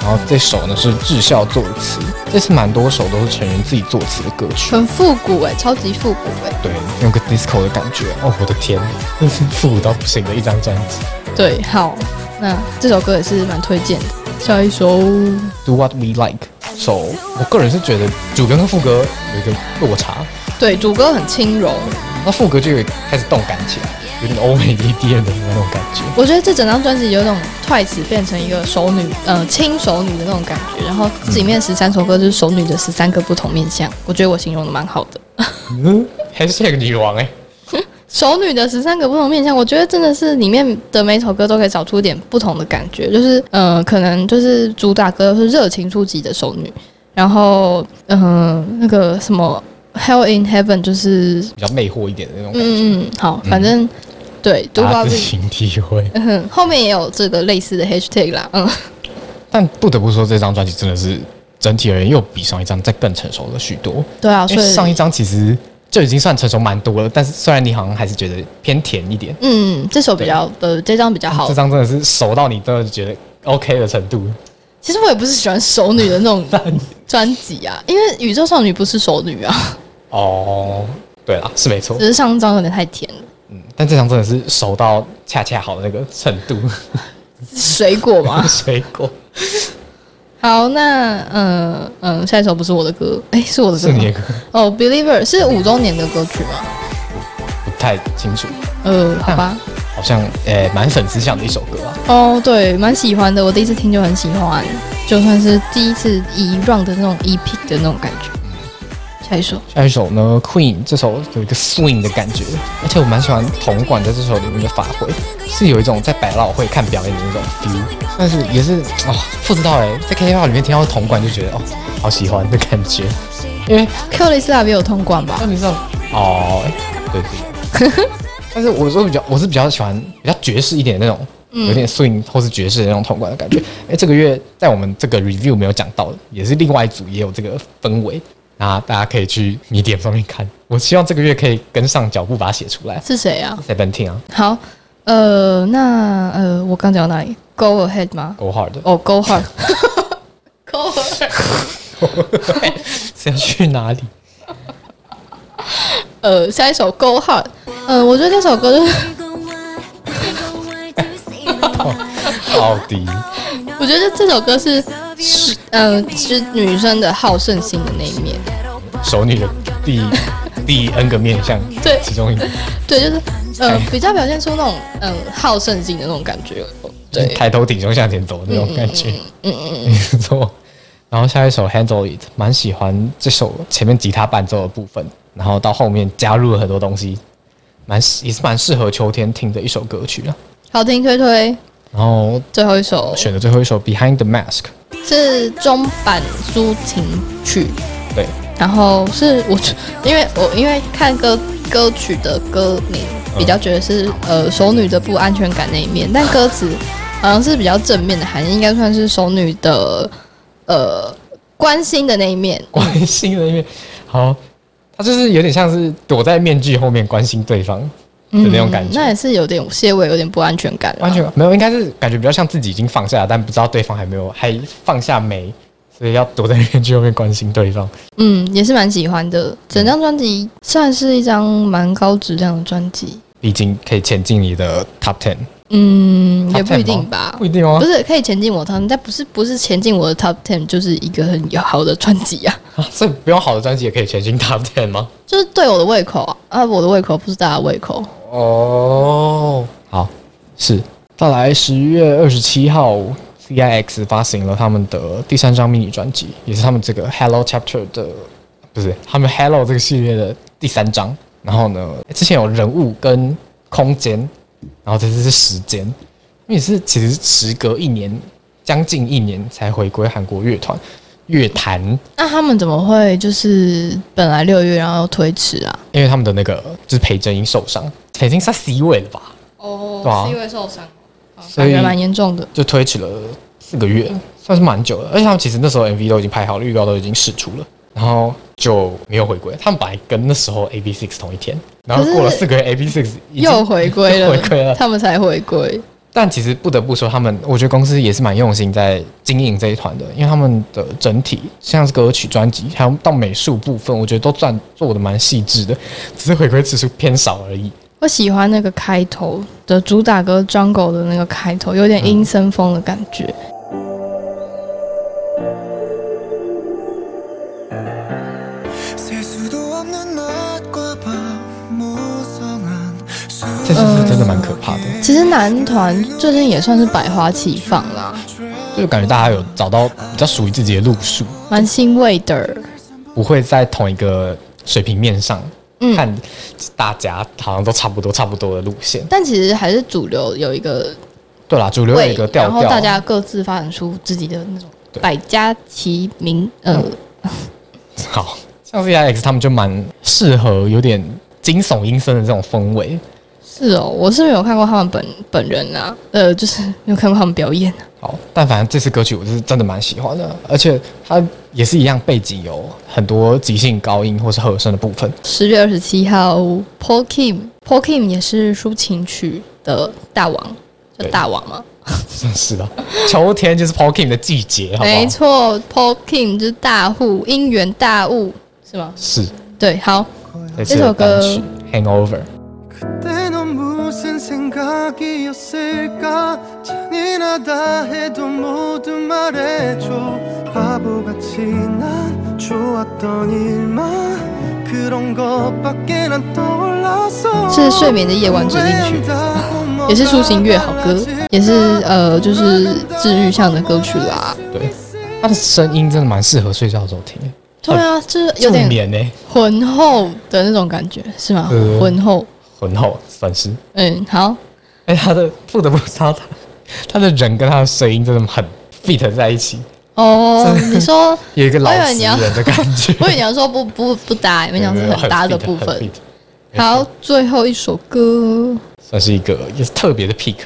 [SPEAKER 1] 然后这首呢是智孝作词，这次蛮多首都是成员自己作词的歌曲。
[SPEAKER 2] 很复古哎、超级复古哎、
[SPEAKER 1] 对，有个 disco 的感觉。哦，我的天，真是复古到不行的一张专辑。
[SPEAKER 2] 对，好，那这首歌也是蛮推荐的。下一首，
[SPEAKER 1] Do What We Like 首，我个人是觉得主歌跟副歌有一个落差，
[SPEAKER 2] 对，主歌很轻柔，
[SPEAKER 1] 那副歌就有开始动感起来，有点欧美 EDM 的那种感觉。
[SPEAKER 2] 我觉得这整张专辑有一种 Twice 变成一个熟女，呃，轻熟女的那种感觉。然后这里面十三首歌就是熟女的十三个不同面相，我觉得我形容的蛮好的。
[SPEAKER 1] 嗯，#hashtag 女王哎、
[SPEAKER 2] 熟女的十三个不同面相，我觉得真的是里面的每首歌都可以找出点不同的感觉，就是呃，可能就是主打歌是热情出击的熟女，然后嗯、呃那个什么 Hell in Heaven 就是
[SPEAKER 1] 比较魅惑一点的那种感觉，
[SPEAKER 2] 嗯嗯啊好，反正、对，都
[SPEAKER 1] 大
[SPEAKER 2] 把
[SPEAKER 1] 家自行体会。
[SPEAKER 2] 嗯哼，后面也有这个类似的 hashtag 啦，嗯，
[SPEAKER 1] 但不得不说，这张专辑真的是整体而言又比上一张再更成熟了许多。
[SPEAKER 2] 对啊，
[SPEAKER 1] 因
[SPEAKER 2] 所
[SPEAKER 1] 为
[SPEAKER 2] 以
[SPEAKER 1] 上一张其实就已经算成熟蛮多了。但是虽然你好像还是觉得偏甜一点，
[SPEAKER 2] 嗯，这首比较呃，这张比较好
[SPEAKER 1] 这。张真的是熟到你真的觉得 OK 的程度。
[SPEAKER 2] 其实我也不是喜欢熟女的
[SPEAKER 1] <laughs>
[SPEAKER 2] 那种专辑啊，因为宇宙少女不是熟女啊， <laughs>
[SPEAKER 1] 哦，对啦，是没错
[SPEAKER 2] 只，是上张有点太甜了，
[SPEAKER 1] 嗯，但这张真的是熟到恰恰好的那个程度，
[SPEAKER 2] 水
[SPEAKER 1] <laughs>
[SPEAKER 2] 果嘛。
[SPEAKER 1] 水果
[SPEAKER 2] 好，那嗯嗯、呃下一首不是我的歌，哎、是我的
[SPEAKER 1] 是
[SPEAKER 2] 歌吗，
[SPEAKER 1] 你的歌
[SPEAKER 2] 哦，《Believer》是五周年的歌曲吗？
[SPEAKER 1] 不太清楚，
[SPEAKER 2] 呃，
[SPEAKER 1] 啊
[SPEAKER 2] 好吧，
[SPEAKER 1] 好像诶蛮、粉丝向的一首歌啊。
[SPEAKER 2] 哦，对，蛮喜欢的，我第一次听就很喜欢，就算是第一次以 run 的那种 EP 的那种感觉。下一首，
[SPEAKER 1] 下一首呢，Queen 这首有一个 swing 的感觉，而且我蛮喜欢铜管在这首里面的发挥，是有一种在百老汇看表演的那种 feel，但是也是哦，不知道哎，在 K P 里面听到铜管就觉得哦，好喜欢的感觉，因为
[SPEAKER 2] Q 丽丝还没有通关吧
[SPEAKER 1] 那？你知道哦，哎对对，
[SPEAKER 2] <laughs>
[SPEAKER 1] <laughs> 但是我是比较我是比较喜欢比较爵士一点的那种，有点 swing 或是爵士的那种铜管的感觉。哎，这个月在我们这个 review 没有讲到的，也是另外一组也有这个氛围，那大家可以去迷点方面看。我希望这个月可以跟上脚步把它写出来。
[SPEAKER 2] 是谁啊？
[SPEAKER 1] Seventeen 啊
[SPEAKER 2] 好，呃，那呃，我刚讲到哪里？Go ahead 吗？
[SPEAKER 1] ，Go Hard，
[SPEAKER 2] 哦，Go hard，Go hard，
[SPEAKER 1] 是要去哪里？
[SPEAKER 2] <laughs> 呃，下一首 Go hard，呃，我觉得这首歌 <laughs> 就是，
[SPEAKER 1] 哦奥迪，
[SPEAKER 2] <laughs> 我觉得这首歌是，是嗯、呃，是女生的好胜心的那一面。
[SPEAKER 1] 熟女的第
[SPEAKER 2] <laughs>
[SPEAKER 1] 第 N 个面向，
[SPEAKER 2] 对
[SPEAKER 1] 其中一个，
[SPEAKER 2] 对，就是呃，比较表现出那种嗯、好胜心的那种感觉。对，
[SPEAKER 1] 抬头挺胸向前走的那种感觉。
[SPEAKER 2] 嗯嗯，
[SPEAKER 1] <laughs> 没错。然后下一首《Handle It》，蛮喜欢这首前面吉他伴奏的部分，然后到后面加入了很多东西，蛮也是蛮适合秋天听的一首歌曲啊。
[SPEAKER 2] 好听推推。
[SPEAKER 1] 然后
[SPEAKER 2] 最后一首
[SPEAKER 1] 选的最后一首《Behind the Mask》，
[SPEAKER 2] 是中版抒情曲，
[SPEAKER 1] 对，
[SPEAKER 2] 然后是我觉，因为我因为看歌歌曲的歌名
[SPEAKER 1] 嗯
[SPEAKER 2] 比较觉得是、呃熟女的不安全感那一面，但歌词好像是比较正面的含义，应该算是熟女的呃关心的那一面。
[SPEAKER 1] 关心的一面，好，他就是有点像是躲在面具后面关心对方的那种感
[SPEAKER 2] 嗯
[SPEAKER 1] 觉。
[SPEAKER 2] 那也是有点些微有点不安全感了。
[SPEAKER 1] 完全没有，应该是感觉比较像自己已经放下了，但不知道对方还没有还放下没，所以要躲在面具后面关心对方。
[SPEAKER 2] 嗯，也是蛮喜欢的。整张专辑算是一张蛮高质量的专辑，
[SPEAKER 1] 毕竟可以前进你的 Top Ten，
[SPEAKER 2] 嗯，
[SPEAKER 1] Top
[SPEAKER 2] 也不
[SPEAKER 1] ten 吗
[SPEAKER 2] 一定吧
[SPEAKER 1] 不。一定哦
[SPEAKER 2] 不。是可以前进我的 top，ten，但不是不是前进我的 top ten，就是一个很有好的专辑啊，
[SPEAKER 1] 啊，所以不用好的专辑也可以全新 Top Ten 吗？
[SPEAKER 2] 就是对我的胃口啊，啊我的胃口不是大家的胃口。
[SPEAKER 1] 哦，好，是。再来十月二十七号，CIX 发行了他们的第三张迷你专辑，也是他们这个 Hello Chapter 的，不是他们 Hello 这个系列的第三张。然后呢，之前有人物跟空间，然后这次是时间，因为是其实时隔一年，将近一年才回归韩国乐团乐坛。
[SPEAKER 2] 那他们怎么会就是本来六月然后又推迟啊？
[SPEAKER 1] 因为他们的那个就是裴真英受伤，裴真英算 C 位了吧，
[SPEAKER 2] 哦
[SPEAKER 1] 对啊是因
[SPEAKER 2] 为受伤，
[SPEAKER 1] 所
[SPEAKER 2] 感
[SPEAKER 1] 以
[SPEAKER 2] 觉蛮严重的。
[SPEAKER 1] 就推迟了四个月，算是蛮久了。而且他们其实那时候 MV 都已经拍好了，预告都已经试出了，然后就没有回归。他们本来跟那时候 AB Six 同一天，然后
[SPEAKER 2] 可是
[SPEAKER 1] 过了四个月，AB Six
[SPEAKER 2] 又回归了，
[SPEAKER 1] <laughs> 又回归了
[SPEAKER 2] 他们才回归。
[SPEAKER 1] 但其实不得不说，他们我觉得公司也是蛮用心在经营这一团的，因为他们的整体像是歌曲、专辑，还有到美术部分，我觉得都算做的蛮细致的， <laughs> 只是回归次数偏少而已。
[SPEAKER 2] 我喜欢那个开头的主打歌《Jungle》的那个开头，有
[SPEAKER 1] 嗯
[SPEAKER 2] 点阴森风的感觉。
[SPEAKER 4] 셀 수도 없는 낮과 밤 무성한
[SPEAKER 1] 这次是真的蛮可怕的。
[SPEAKER 2] 其实男团最近也算是百花齐放啦，
[SPEAKER 1] 就感觉大家有找到比较属于自己的路数，
[SPEAKER 2] 蛮欣慰的。
[SPEAKER 1] 不会在同一个水平面上、
[SPEAKER 2] 嗯
[SPEAKER 1] 看大家好像都差不多差不多的路线。
[SPEAKER 2] 但其实还是主流有一个
[SPEAKER 1] 对啦，主流有
[SPEAKER 2] 位，
[SPEAKER 1] 一个调
[SPEAKER 2] 然后
[SPEAKER 1] 调，
[SPEAKER 2] 大家各自发展出自己的那种
[SPEAKER 1] 对嗯
[SPEAKER 2] 百家齐名，呃，
[SPEAKER 1] 好像 C I X 他们就蛮适合有点惊悚阴森的这种氛围，
[SPEAKER 2] 是哦，我是没有看过他们本本人啊，呃，就是没有看过他们表演、啊。
[SPEAKER 1] 好，但反正这次歌曲我是真的蛮喜欢的，而且它也是一样背景有很多即兴高音或是和声的部分。
[SPEAKER 2] 十月二十七号，Paul Kim，Paul Kim 也是抒情曲的大王，叫
[SPEAKER 1] 对
[SPEAKER 2] 大王嘛。
[SPEAKER 1] 真是的，秋天就是 p o k i n 的季节，好不
[SPEAKER 2] 没
[SPEAKER 1] 好？
[SPEAKER 2] 错，Paul Kim 就是大户，姻缘大物是吗？
[SPEAKER 1] 是
[SPEAKER 2] 对，好，
[SPEAKER 1] 这次
[SPEAKER 2] 这首
[SPEAKER 1] 的单
[SPEAKER 2] 歌
[SPEAKER 1] 曲《Hangover》。
[SPEAKER 4] 그때 넌 무슨 생각이었을까 잔인하다 해도 모두 말해줘 바보같이 난 좋았던 일만 그런 것밖에 난 떠올라서
[SPEAKER 2] 是睡眠的夜晚指定曲。也是抒情乐好歌，也是呃，就是治愈向的歌曲啦。
[SPEAKER 1] 对，他的声音真的蛮适合睡觉的时候听，
[SPEAKER 2] 对啊，就是
[SPEAKER 1] 助
[SPEAKER 2] 有点
[SPEAKER 1] 眠呢、欸
[SPEAKER 2] 浑厚的那种感觉，是吗？
[SPEAKER 1] 呃
[SPEAKER 2] 浑厚，
[SPEAKER 1] 浑厚算是。
[SPEAKER 2] 嗯，好，
[SPEAKER 1] 哎、他的不得不说他他的人跟他的声音真的很 fit 在一起，
[SPEAKER 2] 哦，
[SPEAKER 1] 真的
[SPEAKER 2] 你说，
[SPEAKER 1] 有一个老
[SPEAKER 2] 我以为
[SPEAKER 1] 实
[SPEAKER 2] 你要。
[SPEAKER 1] 人的感觉
[SPEAKER 2] <laughs> 我以为你要说不不不搭，没想到是很搭的
[SPEAKER 1] <laughs>
[SPEAKER 2] 部
[SPEAKER 1] 很 fit，
[SPEAKER 2] 分
[SPEAKER 1] 很。fit
[SPEAKER 2] 好，最后一首歌
[SPEAKER 1] 算是一个也是特别的 pick，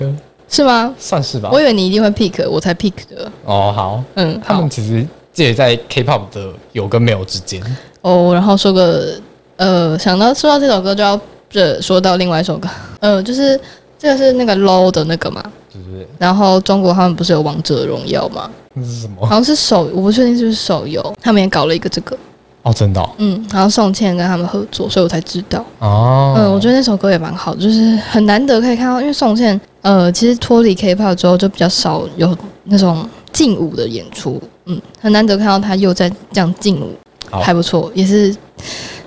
[SPEAKER 2] 是吗？
[SPEAKER 1] 算是吧
[SPEAKER 2] 我。以为你一定会 pick，我才 pick 的。
[SPEAKER 1] 哦，好，
[SPEAKER 2] 嗯，
[SPEAKER 1] 他
[SPEAKER 2] 好
[SPEAKER 1] 们其实介在 K-pop 的有跟没有之间，
[SPEAKER 2] 哦，然后说个呃，想到说到这首歌就要这说到另外一首歌， <laughs> 呃，就是这个是那个 low 的那个嘛，
[SPEAKER 1] 就是
[SPEAKER 2] 然后中国他们不是有王者荣耀吗？
[SPEAKER 1] 那是什么
[SPEAKER 2] 好？像是手，我不确定是不是手游，他们也搞了一个这个，
[SPEAKER 1] 哦，真的哦，
[SPEAKER 2] 嗯，然后宋茜跟他们合作，所以我才知道。
[SPEAKER 1] 哦
[SPEAKER 2] 嗯，我觉
[SPEAKER 1] 得
[SPEAKER 2] 得那首歌也蛮好，就是很难得可以看到，因为宋茜呃，其实脱离 K-pop 之后就比较少有那种劲舞的演出，嗯，很难得看到她又在这样劲舞，
[SPEAKER 1] 好
[SPEAKER 2] 还不错，也是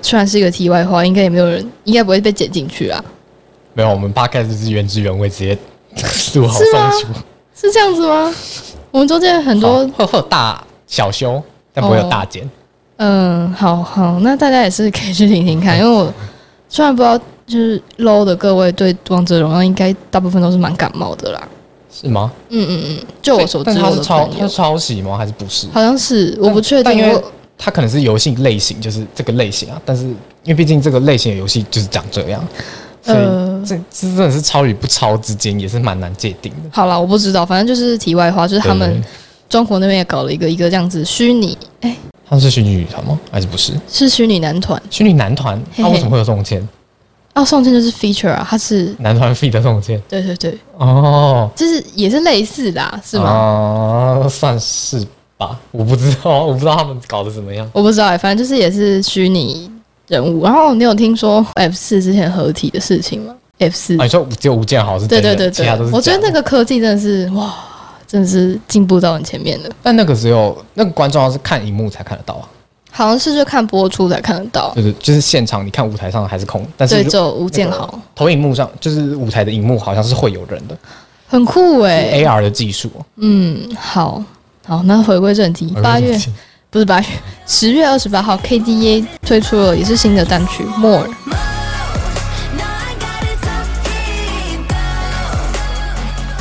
[SPEAKER 2] 虽然是一个题外话，应该也没有人，应该不会被剪进去啊，
[SPEAKER 1] 没有，我们 podcast 就是原汁原味，直接录好
[SPEAKER 2] 是吗
[SPEAKER 1] 送出。
[SPEAKER 2] 是这样子吗？我们中间
[SPEAKER 1] 好
[SPEAKER 2] 很多，哦
[SPEAKER 1] 会会有大小修，但不会有大减。
[SPEAKER 2] 嗯，好好，那大家也是可以去听听看，因为我虽然不知道就是 low 的各位对王者荣耀应该大部分都是蛮感冒的啦，
[SPEAKER 1] 是吗？
[SPEAKER 2] 嗯嗯嗯，就我所知，
[SPEAKER 1] 但是
[SPEAKER 2] 我
[SPEAKER 1] 它
[SPEAKER 2] 的
[SPEAKER 1] 是抄
[SPEAKER 2] 朋
[SPEAKER 1] 它
[SPEAKER 2] 友
[SPEAKER 1] 是抄袭吗？还是不是？
[SPEAKER 2] 好像是，我不确
[SPEAKER 1] 但
[SPEAKER 2] 定
[SPEAKER 1] 因。为
[SPEAKER 2] 我
[SPEAKER 1] 它可能是游戏类型，就是这个类型啊。但是因为毕竟这个类型的游戏就是长这样，所以
[SPEAKER 2] 呃
[SPEAKER 1] 这这真的是抄与不抄之间也是蛮难界定的。
[SPEAKER 2] 好了，我不知道，反正就是题外话，就是他
[SPEAKER 1] 对
[SPEAKER 2] 们
[SPEAKER 1] 对
[SPEAKER 2] 中国那边也搞了一个一个这样子虚拟，哎、
[SPEAKER 1] 他们是虚拟女团吗？还是不是
[SPEAKER 2] 是虚拟男团
[SPEAKER 1] 虚拟男团？
[SPEAKER 2] 嘿嘿
[SPEAKER 1] 他为什么会有这种签？
[SPEAKER 2] 哦，宋茜就是 feature 啊，她是
[SPEAKER 1] 男团 feed 的这种签
[SPEAKER 2] 对对对，
[SPEAKER 1] 哦，
[SPEAKER 2] 就是也是类似啦，是吗？
[SPEAKER 1] 啊吗？算是吧，我不知道，我不知道他们搞得怎么样。
[SPEAKER 2] 我不知道、哎，反正就是也是虚拟人物。然后你有听说 F 四之前合体的事情吗？F 四、
[SPEAKER 1] 啊，你说只有吴建豪是
[SPEAKER 2] 对
[SPEAKER 1] 真
[SPEAKER 2] 对
[SPEAKER 1] 的，
[SPEAKER 2] 对
[SPEAKER 1] 其
[SPEAKER 2] 对
[SPEAKER 1] 他都，是
[SPEAKER 2] 我觉
[SPEAKER 1] 假
[SPEAKER 2] 得
[SPEAKER 1] 的
[SPEAKER 2] 那个科技真的是哇，真的是进步到很前面了。
[SPEAKER 1] 但那个只有那个观众要是看荧幕才看得到啊，
[SPEAKER 2] 好像是就看播出才看得到，
[SPEAKER 1] 就是就是现场你看舞台上还是空，但是
[SPEAKER 2] 对，
[SPEAKER 1] 如
[SPEAKER 2] 只有吴建
[SPEAKER 1] 那个
[SPEAKER 2] 豪，
[SPEAKER 1] 投影幕上就是舞台的荧幕好像是会有人的、
[SPEAKER 2] 很酷哎、
[SPEAKER 1] a r 的技术。
[SPEAKER 2] 嗯，好好，那回归正题，八月不是八月，十月二十八号，KDA 推出了也是新的单曲《More》，
[SPEAKER 3] 난 가르쳐진 You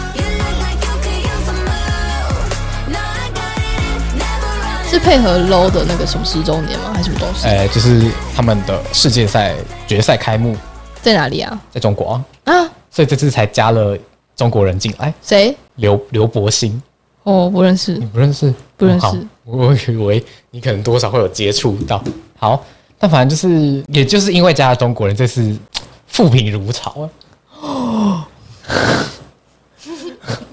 [SPEAKER 3] look like you could use a move. 난 거리를 never running
[SPEAKER 2] 是配合 LO w 的那个什么十周年吗？还是什么东西？
[SPEAKER 1] 哎、就是他们的世界赛决赛开幕
[SPEAKER 2] 在哪里啊？
[SPEAKER 1] 在中国啊，
[SPEAKER 2] 啊，
[SPEAKER 1] 所以这次才加了中国人进来，
[SPEAKER 2] 谁？
[SPEAKER 1] 刘刘博兴，
[SPEAKER 2] 哦，不认识
[SPEAKER 1] 你。不认识？
[SPEAKER 2] 不认识
[SPEAKER 1] 好我以为你可能多少会有接触到。好，但反正就是，也就是因为加了中国人，这次富评如潮啊。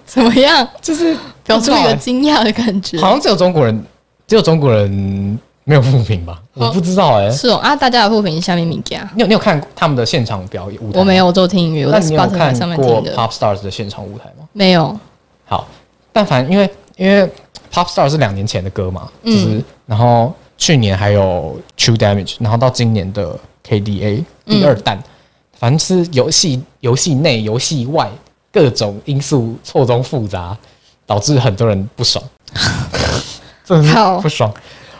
[SPEAKER 2] 怎么样？ <laughs>
[SPEAKER 1] 就是
[SPEAKER 2] 表出
[SPEAKER 1] 不知
[SPEAKER 2] 一
[SPEAKER 1] 啊
[SPEAKER 2] 个
[SPEAKER 1] 道
[SPEAKER 2] 惊讶的感觉
[SPEAKER 1] 欸。好像只有中国人，只有中国人没有复评吧？
[SPEAKER 2] 哦
[SPEAKER 1] 我不知道哎、
[SPEAKER 2] 是哦啊，大家的互评下面明给啊。
[SPEAKER 1] 你有你有看过他们的现场表演舞台？
[SPEAKER 2] 我没。有，我只有听音乐，我
[SPEAKER 1] 那
[SPEAKER 2] 在
[SPEAKER 1] 你有
[SPEAKER 2] Spotify 上
[SPEAKER 1] 看
[SPEAKER 2] 面
[SPEAKER 1] 过
[SPEAKER 2] 听的。
[SPEAKER 1] Pop Stars 的现场舞台吗？
[SPEAKER 2] 没有，
[SPEAKER 1] 好，但反正因为因为 Pop Stars 是两年前的歌嘛，就是、然后去年还有 True Damage，然后到今年的 KDA 第二弹，反正是游戏游戏内游戏外各种因素错综复杂，导致很多人不爽，真的
[SPEAKER 2] 好
[SPEAKER 1] 是不爽。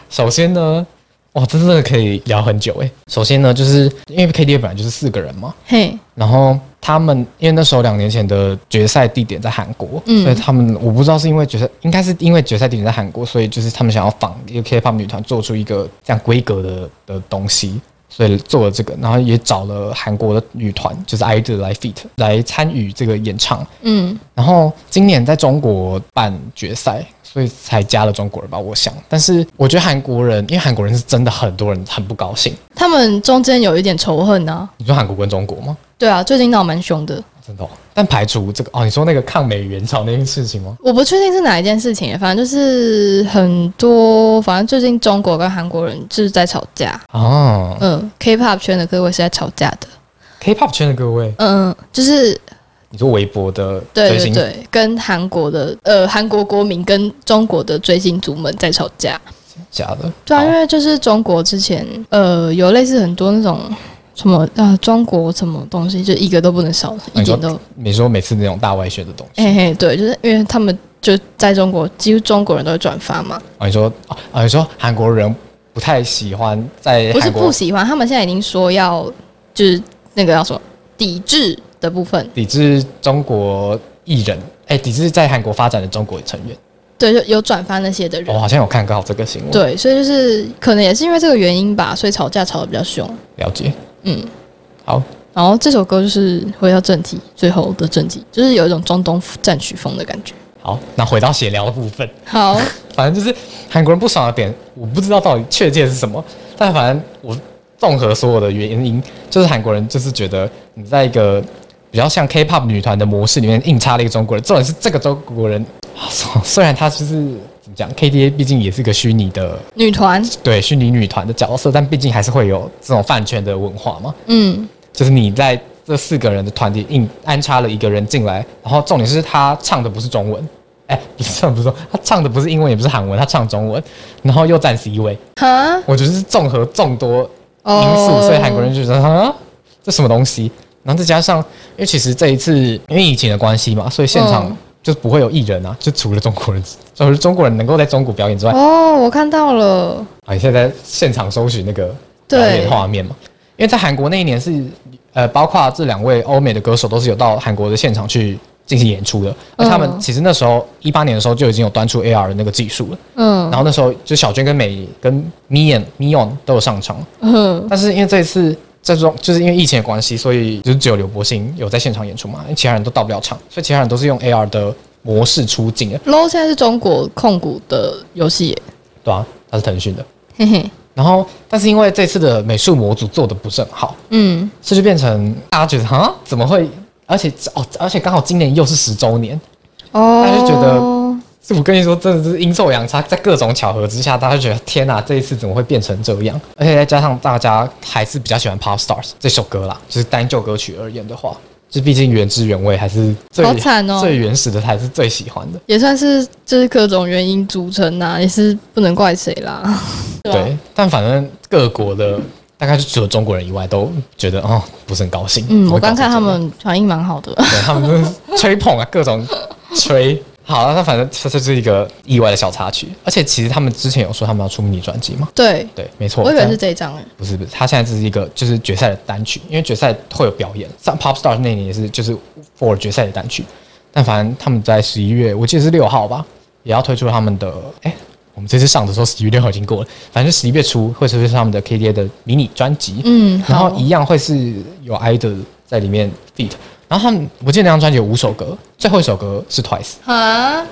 [SPEAKER 1] 首先呢，哇，真的可以聊很久诶、首先呢，就是因为 KDA 本来就是四个人嘛，
[SPEAKER 2] 嘿，
[SPEAKER 1] 然后他们因为那时候两年前的决赛地点在韩国，
[SPEAKER 2] 嗯
[SPEAKER 1] 所以他们我不知道是因为决赛，应该是因为决赛地点在韩国，所以就是他们想要仿一个 K-pop 女团做出一个这样规格的的东西，所以做了这个，然后也找了韩国的女团，就是 IDOL 来 fit 来参与这个演唱。
[SPEAKER 2] 嗯，
[SPEAKER 1] 然后今年在中国办决赛，所以才加了中国人吧，我想。但是我觉得韩国人，因为韩国人是真的很多人很不高兴。
[SPEAKER 2] 他们中间有一点仇恨啊。
[SPEAKER 1] 你说韩国跟中国吗？
[SPEAKER 2] 对啊，最近闹蛮凶的，
[SPEAKER 1] 真的、哦？但排除这个哦，你说那个抗美援朝那件事情吗？
[SPEAKER 2] 我不确定是哪一件事情，反正就是很多，反正最近中国跟韩国人就是在吵架。
[SPEAKER 1] 哦
[SPEAKER 2] 嗯，K-pop 圈的各位是在吵架的。
[SPEAKER 1] ，K-pop 圈的各位，
[SPEAKER 2] 嗯，就是
[SPEAKER 1] 你说微博的
[SPEAKER 2] 对
[SPEAKER 1] 追
[SPEAKER 2] 对
[SPEAKER 1] 星
[SPEAKER 2] 对，跟韩国的呃韩国国民跟中国的追星族们在吵架。
[SPEAKER 1] 假的？哦
[SPEAKER 2] 对啊，
[SPEAKER 1] 好
[SPEAKER 2] 因为就是中国之前呃有类似很多那种什么呃中国什么东西，就一个都不能少，一点都
[SPEAKER 1] 你说每次那种大外宣的东西，
[SPEAKER 2] 嘿嘿对，就是因为他们就在中国，几乎中国人都会转发嘛，
[SPEAKER 1] 啊，你说啊啊，你说韩国人不太喜欢在
[SPEAKER 2] 不是
[SPEAKER 1] 韩
[SPEAKER 2] 不
[SPEAKER 1] 国
[SPEAKER 2] 喜欢，他们现在已经说要就是那个叫什么抵制的部分，
[SPEAKER 1] 抵制中国艺人，哎、抵制在韩国发展的中国成员。
[SPEAKER 2] 对，就有转发那些的人
[SPEAKER 1] 我、。好像有看到这个新闻，，
[SPEAKER 2] 对，所以就是可能也是因为这个原因吧，所以吵架吵得比较凶。
[SPEAKER 1] 了解。
[SPEAKER 2] 嗯，
[SPEAKER 1] 好，
[SPEAKER 2] 然后这首歌就是回到正题，最后的正题就是有一种中东战曲风的感觉。
[SPEAKER 1] 好，那回到闲聊的部分，
[SPEAKER 2] 好，
[SPEAKER 1] 反正就是韩国人不爽的点，我不知道到底确切是什么，但反正我综合所有的原因，就是韩国人就是觉得你在一个比较像 K-pop 女团的模式里面硬插了一个中国人，重点是这个中国人，啊虽然他就是怎么讲，KDA 毕竟也是个虚拟的，
[SPEAKER 2] 女团，
[SPEAKER 1] 对虚拟女团的角色，但毕竟还是会有这种饭圈的文化嘛， <laughs>
[SPEAKER 2] 嗯，
[SPEAKER 1] 就是你在这四个人的团体硬安插了一个人进来，然后重点是他唱的不是中文，哎、 <laughs> 不是唱不是中他唱的不是英文也不是韩文，他唱中文，然后又占 C 位，
[SPEAKER 2] 哈，
[SPEAKER 1] 我觉得是综合众多因素
[SPEAKER 2] 哦，
[SPEAKER 1] 所以韩国人就觉得啊，这什么东西？然后再加上，因为其实这一次因为疫情的关系嘛，所以现场
[SPEAKER 2] 嗯
[SPEAKER 1] 就不会有艺人啊，就除了中国人，除了中国人能够在中国表演之外，
[SPEAKER 2] 哦，我看到了，
[SPEAKER 1] 啊，你现在在现场搜寻那个表
[SPEAKER 2] 对
[SPEAKER 1] 演画面嘛？因为在韩国那一年是，呃，包括这两位欧美的歌手都是有到韩国的现场去进行演出的，而他们
[SPEAKER 2] 嗯
[SPEAKER 1] 其实那时候一八年的时候就已经有端出 AR 的那个技术了，
[SPEAKER 2] 嗯，
[SPEAKER 1] 然后那时候就小娟跟美跟 Mion Mion 都有上场，
[SPEAKER 2] 嗯，
[SPEAKER 1] 但是因为这一次这种就是因为疫情的关系，所以就是只有刘柏辛有在现场演出嘛，因为其他人都到不了场，所以其他人都是用 AR 的模式出镜的，
[SPEAKER 2] l o 现在是中国控股的游戏耶，
[SPEAKER 1] 对啊，他是腾讯的。
[SPEAKER 2] 嘿嘿，
[SPEAKER 1] 然后，但是因为这次的美术模组做的不是很好，
[SPEAKER 2] <laughs> 嗯，
[SPEAKER 1] 这就变成大家觉得啊，怎么会？而且哦，而且刚好今年又是十周年，
[SPEAKER 2] 哦，
[SPEAKER 1] 大家就觉得是我跟你说，真的是阴错阳差，在各种巧合之下，大家就觉得天哪、这一次怎么会变成这样？而且再加上大家还是比较喜欢《Pop Stars》这首歌啦，就是单就歌曲而言的话，就毕竟原汁原味还是最
[SPEAKER 2] 好惨哦
[SPEAKER 1] 最原始的才是最喜欢的。
[SPEAKER 2] 也算是就是各种原因组成呐、也是不能怪谁
[SPEAKER 1] <laughs>
[SPEAKER 2] 啦，对啊吧
[SPEAKER 1] 对，但反正各国的大概就除了中国人以外，都觉得哦不是很高兴。
[SPEAKER 2] 嗯，
[SPEAKER 1] 怎么
[SPEAKER 2] 我
[SPEAKER 1] 会搞
[SPEAKER 2] 刚
[SPEAKER 1] 成
[SPEAKER 2] 看他
[SPEAKER 1] 这样
[SPEAKER 2] 们反应蛮
[SPEAKER 1] <laughs>
[SPEAKER 2] 好的，
[SPEAKER 1] 对他们就是吹捧啊，各种吹。好了，那反正这这是一个意外的小插曲，而且其实他们之前有说他们要出迷你专辑嘛，
[SPEAKER 2] 对，
[SPEAKER 1] 对，没错。
[SPEAKER 2] 我以为
[SPEAKER 1] 但
[SPEAKER 2] 是这一张欸诶，
[SPEAKER 1] 不是不是，他现在只是一个就是决赛的单曲，因为决赛会有表演，像 Pop Star 那年也是就是 for 决赛的单曲，但反正他们在十一月，我记得是六号吧，也要推出他们的，哎、我们这次上的时候十一月六号已经过了，反正十一月初会推出他们的 KDA 的迷你专辑，
[SPEAKER 2] 嗯
[SPEAKER 1] 然后
[SPEAKER 2] 好
[SPEAKER 1] 一样会是有 idol 在里面 feat，然后他们我记得那张专辑有五首歌，最后一首歌是 Twice，
[SPEAKER 2] 哈，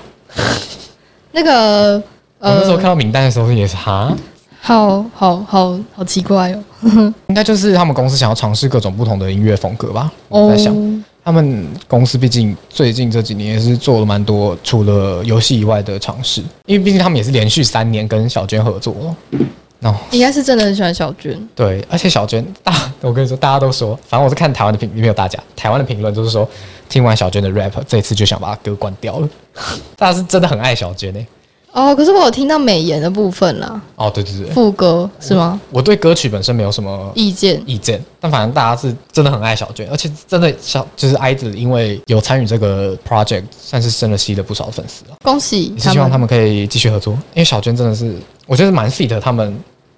[SPEAKER 2] 那个
[SPEAKER 1] 我那时候
[SPEAKER 2] 呃
[SPEAKER 1] 看，到名单的时候也是哈。
[SPEAKER 2] 好好好好奇怪哦，
[SPEAKER 1] 应该就是他们公司想要尝试各种不同的音乐风格吧。我在想，
[SPEAKER 2] 哦
[SPEAKER 1] 他们公司毕竟最近这几年也是做了蛮多除了游戏以外的尝试，因为毕竟他们也是连续三年跟小娟合作了。然后
[SPEAKER 2] 应该是真的很喜欢小娟，
[SPEAKER 1] 对，而且小娟大，我跟你说，大家都说，反正我是看台湾的评，没有大家台湾的评论，就是说听完小娟的 rap，这一次就想把她歌关掉了。大家是真的很爱小娟呢、
[SPEAKER 2] 哦，可是我有听到美颜的部分啦，
[SPEAKER 1] 哦，对对对，
[SPEAKER 2] 副歌是吗？
[SPEAKER 1] 我对歌曲本身没有什么
[SPEAKER 2] 意见
[SPEAKER 1] 意见，但反正大家是真的很爱小娟，而且真的小就是爱子，因为有参与这个 project，算是真的吸了不少粉丝啊。
[SPEAKER 2] 恭喜
[SPEAKER 1] 也是
[SPEAKER 2] 他
[SPEAKER 1] 希望
[SPEAKER 2] 们，
[SPEAKER 1] 他们可以继续合作，因为小娟真的是我觉得蛮 fit 他们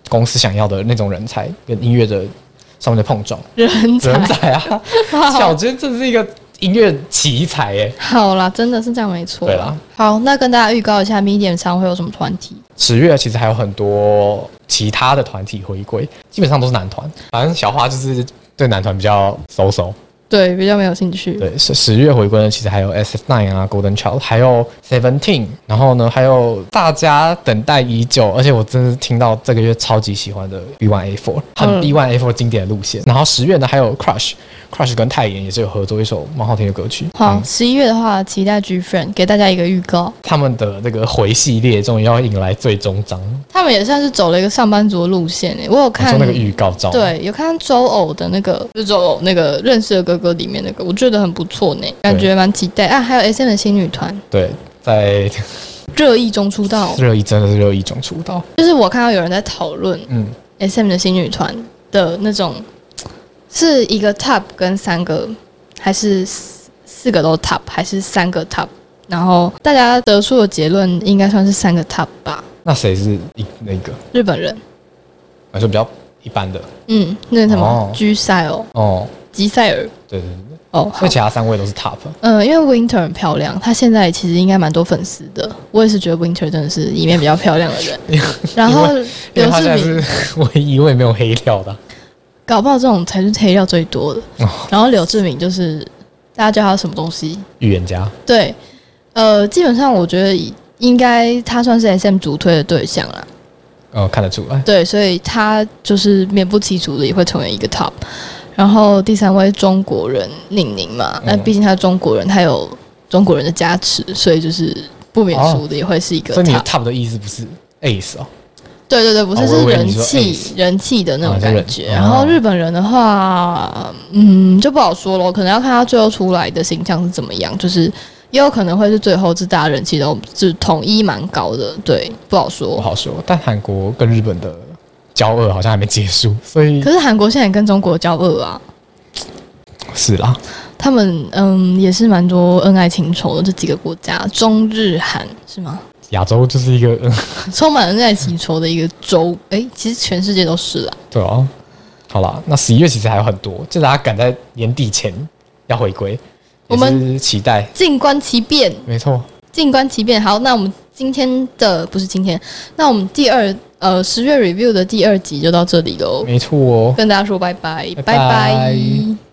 [SPEAKER 1] 公司想要的那种人才跟音乐的上面的碰撞
[SPEAKER 2] <laughs> <laughs> 人才
[SPEAKER 1] <laughs> 人才啊。小娟真是一个音乐奇才哎、
[SPEAKER 2] 好啦，真的是这样没错。
[SPEAKER 1] 对啦，
[SPEAKER 2] 好，那跟大家预告一下，Medium 常会有什么团体？
[SPEAKER 1] 十月其实还有很多其他的团体回归，基本上都是男团。反正小花就是对男团比较熟熟。
[SPEAKER 2] 对，比较没有兴趣。
[SPEAKER 1] 对，十十月回归呢，其实还有 S F Nine 啊，Golden Child，还有 Seventeen，然后呢，还有大家等待已久，而且我真是听到这个月超级喜欢的 B One A Four，很
[SPEAKER 2] 嗯
[SPEAKER 1] B One A Four 经典的路线。然后十月呢，还有 Crush，Crush 跟泰妍也是有合作一首蛮好听的歌曲。
[SPEAKER 2] 好
[SPEAKER 1] 嗯，
[SPEAKER 2] 十一月的话，期待 G Friend 给大家一个预告，
[SPEAKER 1] 他们的这个回系列终于要迎来最终章，
[SPEAKER 2] 他们也算是走了一个上班族的路线诶、欸我有
[SPEAKER 1] 你
[SPEAKER 2] 看
[SPEAKER 1] 哦说那个预告照，，
[SPEAKER 2] 对，有看周偶的那个，就是周偶那个认识的哥哥里面那个，我觉得很不错呢，感觉蛮期待啊。还有 S M 的新女团
[SPEAKER 1] 对，在，
[SPEAKER 2] 热议中出
[SPEAKER 1] <laughs>
[SPEAKER 2] 道
[SPEAKER 1] 热议真的是热议中出道，
[SPEAKER 2] 就是我看到有人在讨论
[SPEAKER 1] 嗯，
[SPEAKER 2] S M 的新女团的那种，是一个 top 跟三个，还是四四个都 top，还是三个 top？然后大家得出的结论应该算是三个 top 吧，
[SPEAKER 1] 那谁是一那个？
[SPEAKER 2] 日本人。
[SPEAKER 1] 还是比较一般的
[SPEAKER 2] 嗯，那个什
[SPEAKER 1] 哦
[SPEAKER 2] 么居塞哦，
[SPEAKER 1] 哦，
[SPEAKER 2] 吉塞尔
[SPEAKER 1] 对对对，
[SPEAKER 2] 哦，
[SPEAKER 1] 所以其他三位都是 top。啊
[SPEAKER 2] 嗯、因为 Winter 很漂亮，她现在其实应该蛮多粉丝的。我也是觉得 Winter 真的是里面比较漂亮
[SPEAKER 1] <laughs>
[SPEAKER 2] 的人。然后
[SPEAKER 1] 因为
[SPEAKER 2] 刘
[SPEAKER 1] 他现
[SPEAKER 2] 志
[SPEAKER 1] 在
[SPEAKER 2] 明，
[SPEAKER 1] 是 <laughs> 唯一位没有黑料的啊、
[SPEAKER 2] 搞不好这种才是黑料最多的。
[SPEAKER 1] 哦
[SPEAKER 2] 然后刘志明就是大家叫他什么东西？
[SPEAKER 1] 预言家。
[SPEAKER 2] 对，呃，基本上我觉得应该他算是 SM 主推的对象啦。
[SPEAKER 1] 嗯，看得出来。
[SPEAKER 2] 对，所以他就是免不其俗的也会成为一个 top。然后第三位中国人宁宁嘛，那
[SPEAKER 1] 嗯
[SPEAKER 2] 毕竟他是中国人，他有中国人的加持，所以就是不免俗的也会是一个
[SPEAKER 1] 哦所以你的
[SPEAKER 2] top。
[SPEAKER 1] top 的意思不是 ace 哦，
[SPEAKER 2] 对对对，不是、
[SPEAKER 1] 哦我
[SPEAKER 2] 是
[SPEAKER 1] 以为
[SPEAKER 2] 人
[SPEAKER 1] 你说
[SPEAKER 2] 气
[SPEAKER 1] ace
[SPEAKER 2] 人气的那
[SPEAKER 1] 哦
[SPEAKER 2] 种
[SPEAKER 1] 是人
[SPEAKER 2] 感觉。
[SPEAKER 1] 哦
[SPEAKER 2] 然后日本人的话，嗯，就不好说咯，可能要看他最后出来的形象是怎么样，就是。也有可能会是最后是大家人气都是统一蛮高的，对，不好
[SPEAKER 1] 不
[SPEAKER 2] 说。
[SPEAKER 1] 好说。但韩国跟日本的交恶好像还没结束，所以
[SPEAKER 2] 可是韩国现在也跟中国交恶啊，
[SPEAKER 1] 是啦。
[SPEAKER 2] 他们嗯也是蛮多恩爱情仇的这几个国家，中日韩是吗？ <laughs>
[SPEAKER 1] 亚洲就是一个， <laughs>
[SPEAKER 2] 充满恩爱情仇的一个州，诶，其实全世界都是啦。
[SPEAKER 1] 对啊。好啦，那十一月其实还有很多，就是大家赶在年底前要回归，
[SPEAKER 2] 我们
[SPEAKER 1] 也是期待。
[SPEAKER 2] 静观其变，
[SPEAKER 1] 没错，
[SPEAKER 2] 静观其变。好，那我们今天的不是今天，那我们第二呃十月 review 的第二集就到这里喽，
[SPEAKER 1] 没错哦。
[SPEAKER 2] 嗯跟大家说拜拜，
[SPEAKER 1] 拜拜
[SPEAKER 2] 拜拜